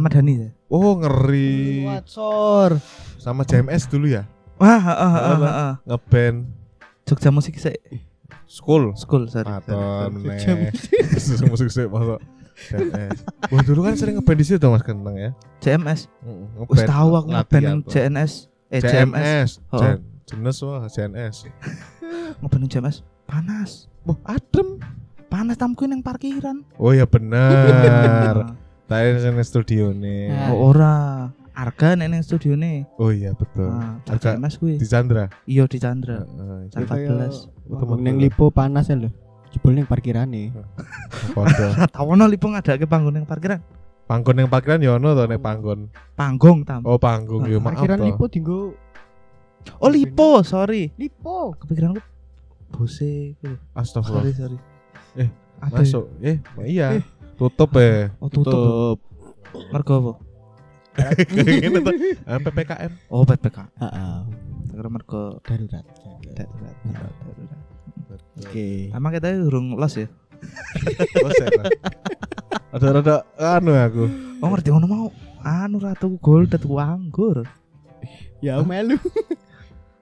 Ahmad Dhani ya Oh, ngeri. Watsor. Sama JMS dulu ya? wah heeh, heeh, Apa? heeh. Ngeband Jogja musik saya school. school sorry, sorry. Maton sorry. meneh. Jam. Susah masuk sih masuk. JMS. Wah, dulu kan sering ngeband di situ Mas Kenteng ya. JMS Heeh, wis ngeband, tahu aku latihan ngeband tuh. JNS eh JMS JMS. Oh. Jen- Jenis wah JNS. ngeband JMS panas Wah, adem. panas tamku yang parkiran Oh ya Ah. benar. Tadi sini kan studio nih. Nah. oh, ora arga nek ning studio nih Oh iya betul. nah, Arga- mas kuwi Di Ah, Sandra. iya di Chandra Heeh, Jam itu 14. Wong Neng lipo panas ya lho. Jebul ning parkirane. foto. Tawono lipo ngadake panggung ning parkiran Panggon yang parkiran ya ono to nek panggon. panggung tam Oh panggung ya maaf Parkiran to. lipo dinggo oh lipo sorry lipo. kepikiranku bose kuwi. Astagfirullah. sorry sorry Eh, Aduh, Masuk. Eh, iya. Tutup ya. oh tutup mergo apa Gini tuh. Eh, PPKM. oh PPK Heeh. mergo Darurat. darurat darurat Oke. Emang kita urung los ya? Bosen lah. Rada-rada anu aku. Oh ngerti ngono mau anu ratu gold tuku anggur. Ya melu.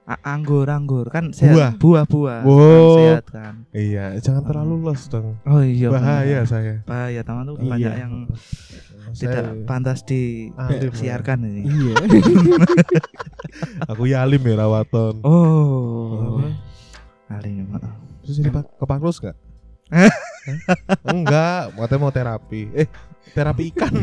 A- anggur anggur kan sehat buah buah, Wow. kan sehat kan. Iya, jangan terlalu los dong. Oh iya. bener. Bahaya saya. Bahaya teman tuh Iya. banyak yang tidak Saya- pantas Alim, ya. disiarkan ini. Iya. Aku ya alim ya rawaton. Oh. Iya. Alim maaf. Terus jadi pak ke Pakrus gak? Enggak, katanya mau terapi. Eh, terapi ikan.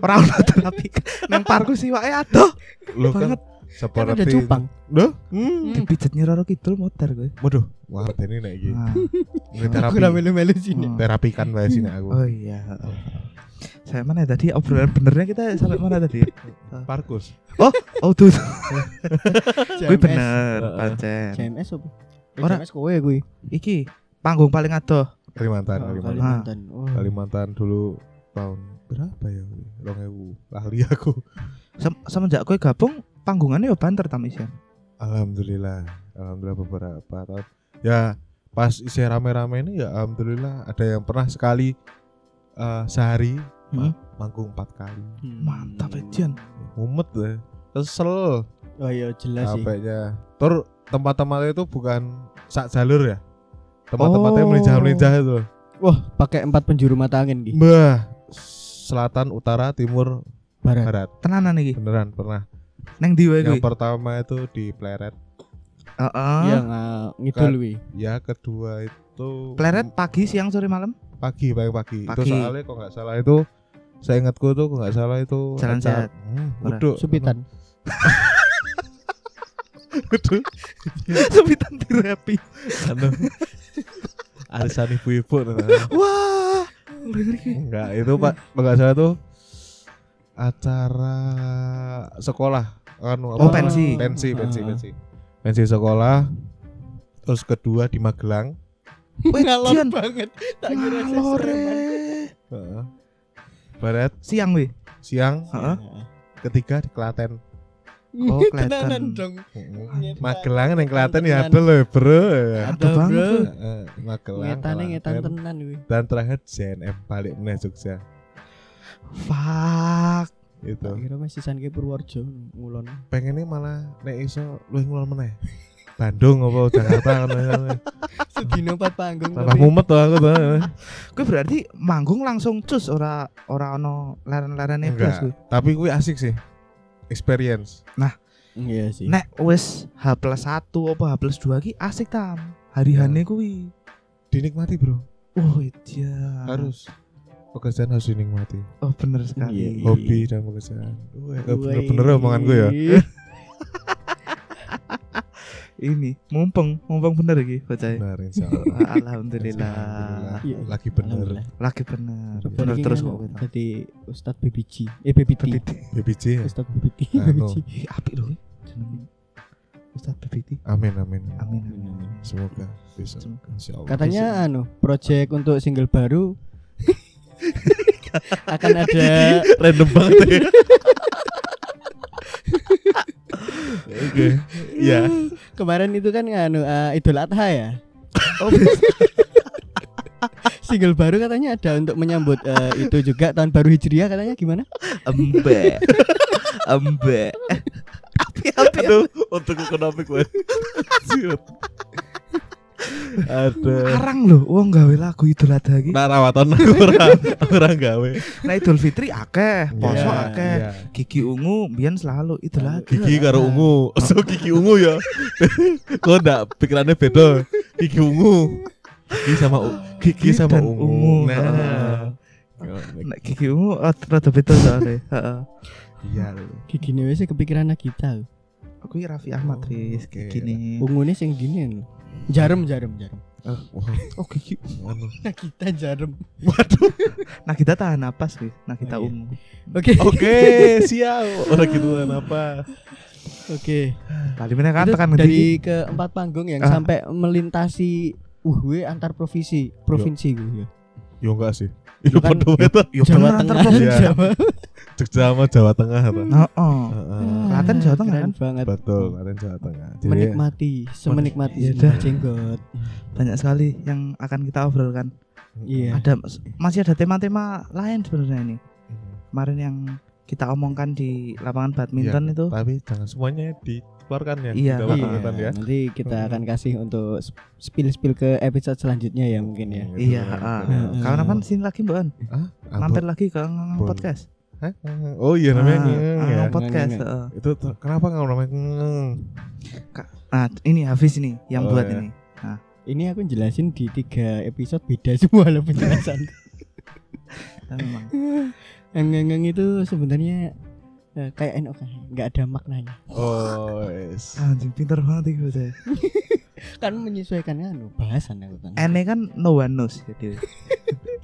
Ora ono terapi. Nang parku sih wae aduh. Lu kan Banget Kan seperti ada cupang. Duh? Hmm. dipijet nyiroro kidul muter gue. Waduh, wah ini nek iki. Ah, Ini Aku ora terapi. melu-melu sini. oh. Terapi ikan wae sini aku. Oh iya. Saya mana ya tadi obrolan benernya kita sampai mana tadi? Parkus. Oh tuh, Gue gue Hmm. bener, Heeh. pancen. CMS apa? Eh, Ora. CMS kowe kuwi. Iki panggung paling adoh. Kalimantan, Oh, Kalimantan. Kalimantan. Oh. Kalimantan dulu tahun berapa ya? 2000. Ahli aku. Sem semenjak kowe gabung panggungannya yo banter ya? tam isian. Hmm. Alhamdulillah. Alhamdulillah beberapa tahun. Ya, pas isi rame-rame ini ya alhamdulillah ada yang pernah sekali eh, sehari Hmm. manggung empat kali Hmm. Mantap Ejen. mumet deh kesel Oh iya jelas sih. capeknya tur tempat-tempatnya itu bukan sak jalur ya tempat-tempatnya Oh. melinjah-melinjah itu Wah, pakai empat penjuru mata angin ki. bah selatan utara Eh. timur Barat. barat Tenanan iki. beneran pernah Neng di wae yang kuwi. pertama itu di pleret Heeh. Iya, nga- ngidul wi. ya kedua itu Pleret pagi, siang, sore, malam. pagi pagi pagi itu Pagi. soalnya kok nggak salah itu saya ingatku tuh kok nggak salah itu Jalan sehat. acara- Hmm, Ora. uduk. Supitan. Uduk. Sepitan terapi. Anu. arisan ibu-ibu nah. Wah. enggak itu pak kalau nggak salah tuh acara sekolah anu Oh, apa? pensi. pensi pensi Ah. pensi pensi sekolah terus kedua di Magelang Wih, Jen. banget. Tak Ngalore. Heeh. barat Siang weh. siang Heeh. ketiga di Klaten Oh, Oh, Klaten. tenanan dong. Magelang yang Klaten ya Tenan. ada loh bro Heeh, Ada banget, bro. Bro. Magelang Ngetane ngetan Klaten. tenan wi. dan terakhir JNM balik meneh Jogja Tak Fuck. itu kira masih sisan ki Purworejo ngulon. pengennya malah nek iso lu ngulon meneh Bandung apa Jakarta ngono Sedino empat panggung. tambah tapi- mumet tuh aku tuh Kuwi berarti manggung langsung cus ora ora ono leren-lerene Enggak. blas kuwi. tapi gue asik sih experience Iya sih. Nek wis H plus 1 apa H plus 2 iki asik tam. Hari-hane kuwi. dinikmati bro Oh iya. harus pekerjaan harus dinikmati Oh bener sekali. Iya. hobi dan pekerjaan Weh, eh, Wih. bener-bener omongan gue ya Ini mumpung mumpung bener iki bocah. benar insya Allah Alhamdulillah. Iya. lagi bener Alhamdulillah. Lagi bener. Bener Bener Iki terus kan kok kuwi. Tam. Jadi Ustadz BBG. Eh BBT. BBT. BBJ ya? Ustadz BBT. Anu. BBG. Ih, apik lho kuwi jenenge. Ustaz BBT. amin amin Amin. Amin, amin. semoga bisa Semoga. insya Allah Katanya anu, project untuk single baru akan ada random banget ya oke ya kemarin itu kan anu eh, Idul Adha ya. Oh, Single baru katanya ada untuk menyambut eh, itu juga tahun baru Hijriah katanya gimana? embe. Embe. Apik-apik. aduh untuk ekonomi gue aduh Arang lho wong gawe lagu Idul Adha iki. Nah rawaton aku orang orang gawe. Nah Idul Fitri akeh, poso Iya, akeh. Gigi ungu biyen selalu Idul Adha. Gigi karo ungu, so gigi ungu ya. Kok ndak pikirannya beda. Gigi ungu. Gigi sama u- gigi Gigi sama dan ungu. ungu. Heeh. Nah. Nek gigi ungu oh, rada beda soalnya. Heeh. Iya. Gigi ini sih kepikiran kita. Aku iki Raffi Ahmad Oh, Riz oke. gigi nih. Ungunya sing anu. dini Jarum jarum jarum. Oh gigi. Anu. Nah kita jarum. Waduh. Nah kita tahan napas wis. Nah kita Oh, iya. ungu. Oke Oke, siap. Orang gitu apa? oke. Kali mana kan Itu tekan dari ngendi? keempat panggung yang Ah. sampai melintasi uh gue antar provinsi provinsi gue ya. Yo enggak sih. Yo Yo kan- padha wae tuh. Yo bener antar Nah. provinsi. Iya. Jogja sama Jawa Tengah apa? Heeh. Heeh. Klaten, Jawa Tengah, kan? Keren banget. Betul, Klaten Jawa Tengah. Jadi menikmati Iya, semenikmati dah. jenggot Banyak sekali yang akan kita obrolkan. iya Ada masih ada tema-tema lain sebenarnya ini. Iya. Kemarin yang kita omongkan di lapangan badminton itu Iya, Tapi jangan semuanya dikeluarkan ya. Iya. Tidak Iya, kelihatan ya. nanti Hmm. kita akan kasih untuk sp- spill-spill ke episode selanjutnya ya mungkin ya. Hmm, Iya, gitu. heeh. Iya. Heeh. Kapan kapan sini lagi Mbak On? Hah? Apa? kan Mampir lagi ke Bon. podcast. Hah? Oh iya namanya Ah, ngeng ah, ya. podcast. Ngeng, heeh. Itu ter- kenapa nggak namanya ngeng? Nah, ini Hafiz ini yang Oh, buat iya. ini. Ini aku jelasin di tiga episode beda semua lah penjelasan. Nah, memang. Ngengeng itu sebenarnya eh, kayak NOK, nggak ada maknanya. Oh, yes. Anjing pinter banget iku saya. Kan menyesuaikan anu bahasan aku kan. Ene kan no one knows jadi.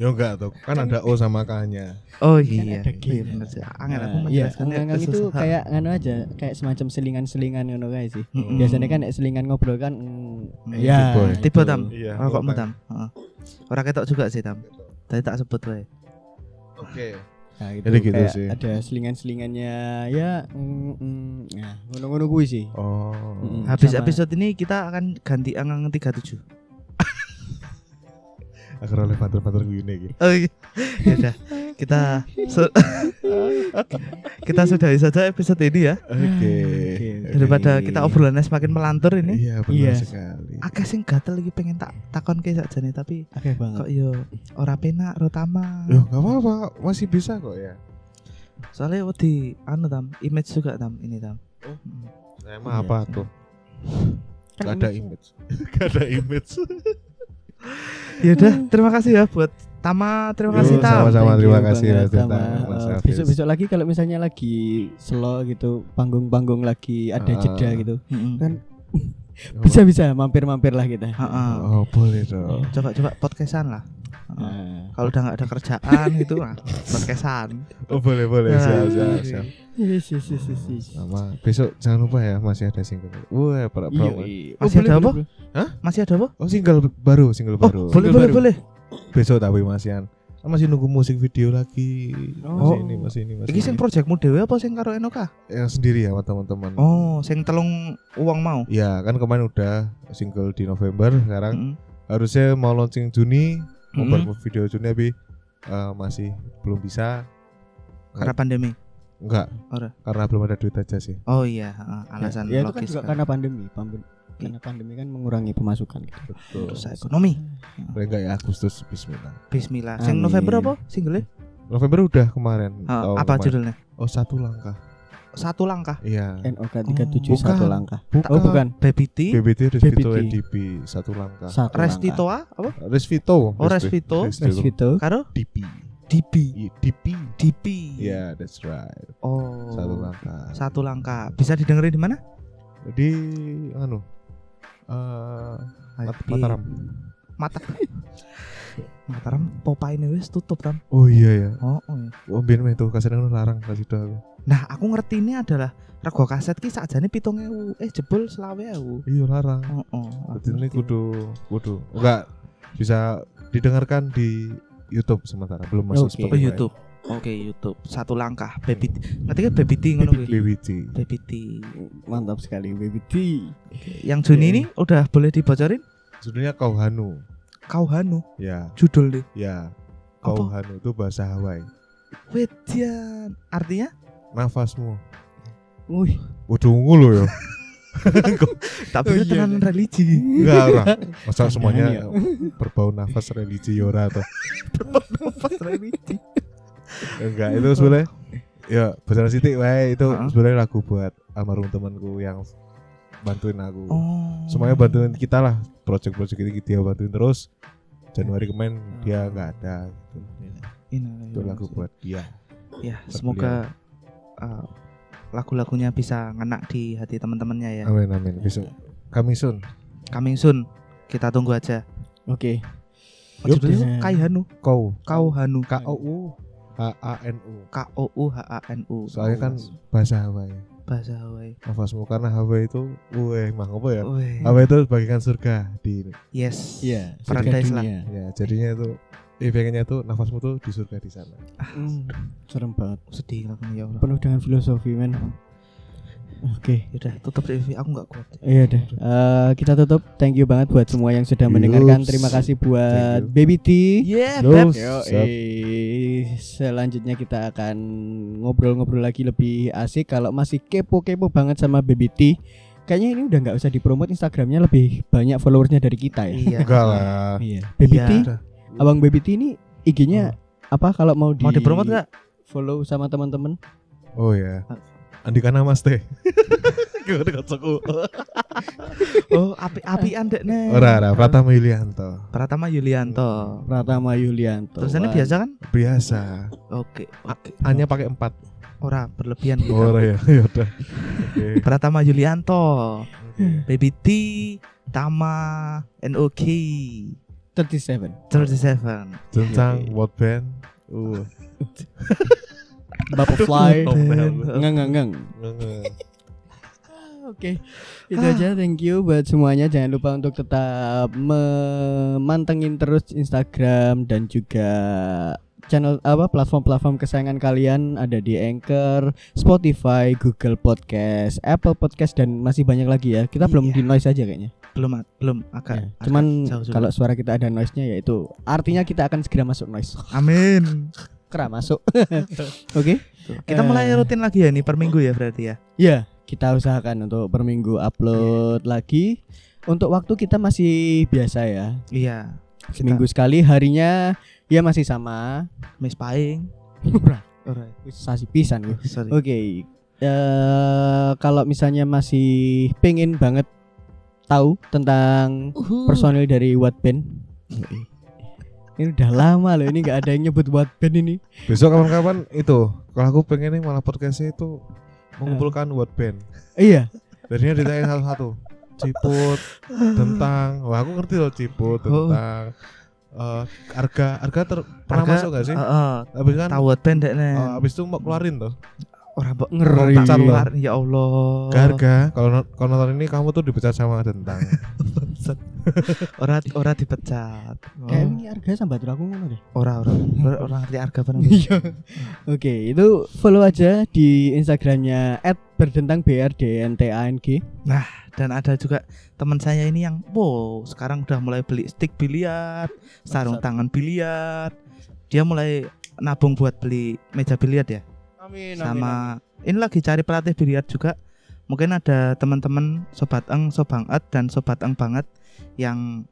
Yo enggak tuh. Kan ada O sama K-nya. Oh Kan iya. ada gini. Iya bener sih. Nah, Angel aku iya, menjelaskannya ngengeng itu kesusahan. kayak anu aja, kayak semacam selingan-selingan ngono guys sih. Mm-mm. Biasanya kan nek selingan ngobrol kan mm, Mm, ya. tipe. itu. Tipe, Tam. Iya. rokokmu Tam. Heeh. Ora ketok juga sih Tam. Tadi tak sebut wae. Oke. Nah, gitu, Jadi gitu kayak sih. Ada selingan-selingannya ya mm, mm, nah, ngono-ngono kuwi sih. Oh. Mm-mm. Habis Sama. episode ini kita akan ganti angin 37. Akhir oleh pater-pater gue ini. Oh iya. Ya udah. kita su- kita sudahi saja episode ini ya Oke. Oke, oke. daripada kita obrolannya semakin melantur ini Iya benar Iya. sekali. agak sing gatel lagi pengen tak takon ke saja nih tapi Oke banget. kok yo ora penak rotama Loh, gak apa-apa, masih bisa kok ya. soalnya wedi anu tam image juga tam ini tam Oh. Mm. Saya Iya. mah apa tuh? Kan Gak ada image. Gak ada image. ya udah terima kasih ya buat Tama terima Yo, kasih Tam Thank sama-sama. terima you kasih, banget, Mas Tirta, Tama. Mas Eh, Hafiz. Besok-besok lagi kalau misalnya lagi slow gitu, panggung-panggung lagi ada Ah. jeda gitu. Mm-mm. Kan bisa-bisa mampir-mampirlah kita. Ha-ha. Oh, boleh dong. coba-coba podcastan lah Ha. Nah. kalau udah nggak ada kerjaan gitu nah, podcastan Oh, boleh boleh. Nah, Siap, siap, oke. siap. Yes, yes, yes, yes, yes. Sama besok jangan lupa ya masih ada single. Wah, para Iya, promo. iya. boleh, Masih ada boleh, apa? boleh. masih ada apa Oh, single baru, single oh baru. boleh Single boleh baru. boleh Besok tapi masihan. Masih nunggu musik video lagi. Oh. Masih ini, masih ini, masih. ini sing ini. projectmu dewe apa sing karo Enoka yang sendiri ya sama teman-teman. oh sing telung uang mau Ya kan kemarin udah single di November, sekarang Mm-mm. harusnya mau launching Juni, mau Mm-mm. buat video Juni tapi eh, masih belum bisa. karena pandemi Enggak. Ora. Karena belum ada duit aja sih. oh iya ha, alasan ya, itu kan logis juga kan. karena pandemi, pandemi. Karena pandemi kan mengurangi pemasukan gitu. Betul. Terus ekonomi Paling enggak ya Agustus Bismillah. Bismillah sing Amin. November apa single November udah kemarin. tahun apa kemarin. judulnya Oh satu langkah. satu langkah Iya. NOK Oh. bukan. 371 langkah. Oh, Bukan. bukan. Baby T BBT Resvito BBT. DP satu langkah. Satu langkah. Resti gitu. Toa apa Resvito. Oh, Resvito. Resvito. karo DP. DB Iya, DP. DP Iya. Ya, that's right. oh Satu langkah. satu langkah bisa didengerin di mana Jadi anu eh Mat- Mataram. mata Mataram Popeye ini wis tutup tam Oh iya ya. oh, oh iya. Oh biar meh tuh kasih nang larang kasih doa aku. nah aku ngerti ini adalah rego kaset ki sakjane pitung ewu eh jebol selawe ewu Iya larang. oh oh aku Jadi ini ngerti. kudu kudu. Enggak bisa didengarkan di YouTube sementara belum masuk Oke. oh Spotify. YouTube oke YouTube satu langkah baby T. nanti kan baby T ngono kuwi. BWT. baby T Mantap sekali baby T. yang Iya. Juni ini udah boleh dibocorin Judulnya Kauhanu. kau Hanu Ya, judul deh ya. Apa? Kauhanu itu bahasa Hawaii. Wedian artinya Nafasmu. Wih, Waduh ungu lo ya. Oh, tak pikir iya, tenan iya. religi Enggak ora. Masa Ada semuanya ya. berbau nafas religi ya ora toh. pas religi Enggak, itu sebenarnya ya Basara Siti wae itu Heeh. sebenarnya lagu buat almarhum temanku yang bantuin aku. oh Semuanya bantuin kita lah. Project-project ini dia bantuin terus. Januari kemarin dia Hmm. Oh. nggak ada gitu. Innalillahi Itu lagu wa'alaikum. buat dia. ya Buat semoga uh, lagu-lagunya bisa ngena di hati teman-temannya ya Amin amin. Besok kami sun coming soon kita tunggu aja Oh, oke. Yup. judulnya Kai Hanu kau Kau Hanu K O U H A N U. K O U H A N U Soalnya kan bahasa Hawaii. bahasa Hawaii Nafasmu karena Hawaii itu weh mah apa ya? Weh, Hawaii itu bagaikan surga di yes Iya, Paradise lah. dunia. ya jadinya itu eh, pengennya tuh nafasmu tuh di surga di sana. Hmm, serem banget. sedih lagu ya Allah Penuh dengan filosofi, men. Oke. yaudah tutup review aku nggak kuat Iya deh. Eh, kita tutup. Thank you banget buat semua yang sudah Yups. mendengarkan. Terima kasih buat Thank you. Baby T. yeah Yo, Yo, sup. eh, selanjutnya kita akan ngobrol-ngobrol lagi lebih asik. Kalau masih kepo-kepo banget sama Baby T, kayaknya ini udah nggak usah dipromot Instagramnya lebih banyak followersnya dari kita ya. iya Enggak lah. Iya. Baby Iya. Oh. T, abang Baby T ini IG-nya apa? Kalau mau di mau dipromot nggak Follow sama teman-teman. Oh ya. Andika Namaste. Gue dekat suku. oh api apian dek nih Ora ora Pratama Yulianto. Pratama Yulianto Pratama Yulianto. tulisannya biasa kan Biasa. oke oke Hanya pakai empat. ora berlebihan kita. Ora ya. Ya udah. Oke. Pratama Yulianto Oke. Iya. Baby T, Tama, NOK, 37. 37. Tentang what band? Uh. Bapak Fly. Top level. Ngeng ngeng ngeng. Nge-nge. Oke, itu Ah. aja. Thank you buat semuanya. Jangan lupa untuk tetap memantengin terus Instagram dan juga channel apa platform-platform kesayangan kalian ada di Anchor, Spotify, Google Podcast, Apple Podcast dan masih banyak lagi ya. Kita belum Iya. di noise aja kayaknya. Belum, belum agak. Ya, agak Cuman jauh sudah. kalau suara kita ada noise-nya yaitu artinya kita akan segera masuk noise. Amin. kera masuk. Oke. Kita Eh. mulai rutin lagi ya nih per minggu ya berarti ya. Ya, kita usahakan untuk per minggu upload lagi. Untuk waktu kita masih biasa ya. Iya. Seminggu sekali harinya ya masih sama. Miss Paing. Ora, Alright. Sasi pisan gue. iya, Sorry. Oke. Eh, kalau misalnya masih pengen banget tahu tentang Uhuh. personil dari Wattband. Ini udah lama loh ini nggak ada yang nyebut Wattband ini. Besok kapan-kapan itu. Kalau aku pengen nih malah podcastnya itu mengumpulkan buat band. Iya. Jadinya ditanya satu-satu. Ciput, tentang. Wah, aku ngerti loh ciput Oh. tentang eh, harga harga ter- pernah Harga, masuk gak sih? Heeh. Habis kan Tahu pendek nih. eh, habis itu mau keluarin tuh. Orang mbok Ngeri. tak keluar ya Oh. Allah. Harga kalau no- kalau nonton ini kamu tuh dipecat sama tentang. Bangsat. ora ora dipecat. Oh, Kayaknya ini harga sambat aku ngono deh. Ora ora ora ora ngerti harga bener. Iya. Oke, itu follow aja di Instagramnya @berdentangbrdntang. Dan ada juga teman saya ini yang wow sekarang udah mulai beli stick biliar, sarung Bangsat. tangan biliar. Dia mulai nabung buat beli meja biliar ya. Amin. sama ini lagi cari pelatih biliar juga mungkin ada teman-teman sobat eng sobanget dan sobat eng banget yang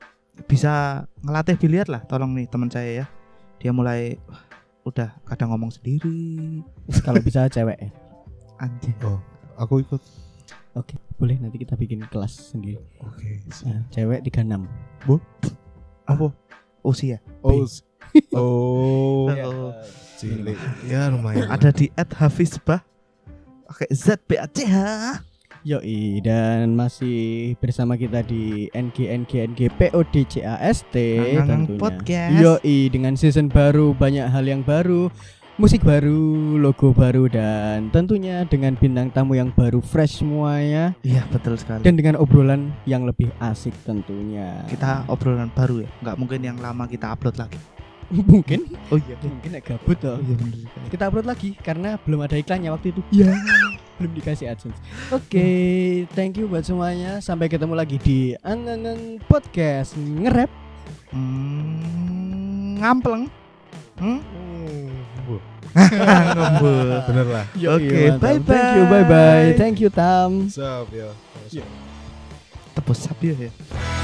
bisa ngelatih biliar lah tolong nih teman saya ya dia mulai "Wah, udah kadang ngomong sendiri Kalau bisa cewek. ya. anjing Oh, Aku ikut. Boleh nanti kita bikin kelas sendiri. Oke. Nah, cewek 36. Apa? usia Oh. s- Oh. Iya. Cilik. Ya lumayan. ada di at hafizbah pakai z b a c h Yoi dan masih bersama kita di NG NG NG PODCAST Nangang tentunya. Podcast. Yoi dengan season baru banyak hal yang baru, musik baru, logo baru dan tentunya dengan bintang tamu yang baru fresh semuanya iya betul sekali dan dengan obrolan yang lebih asik tentunya. kita obrolan baru ya nggak mungkin yang lama kita upload lagi mungkin oh iya mungkin agak gabut oh loh. iya bener sekali. Kita upload lagi karena belum ada iklannya waktu itu. Iya. Ya. belum dikasih AdSense. Oke, thank you buat semuanya. Sampai ketemu lagi di Angengeng Podcast ngerap. Hmm, ngampleng hmm? Hmm, bu. ngembul Bener lah. Yoi, Oke, mantap. Iya, bye-bye. Thank ya. you, bye bye. Thank you, Tam. Sup, yo. tebus sapi ya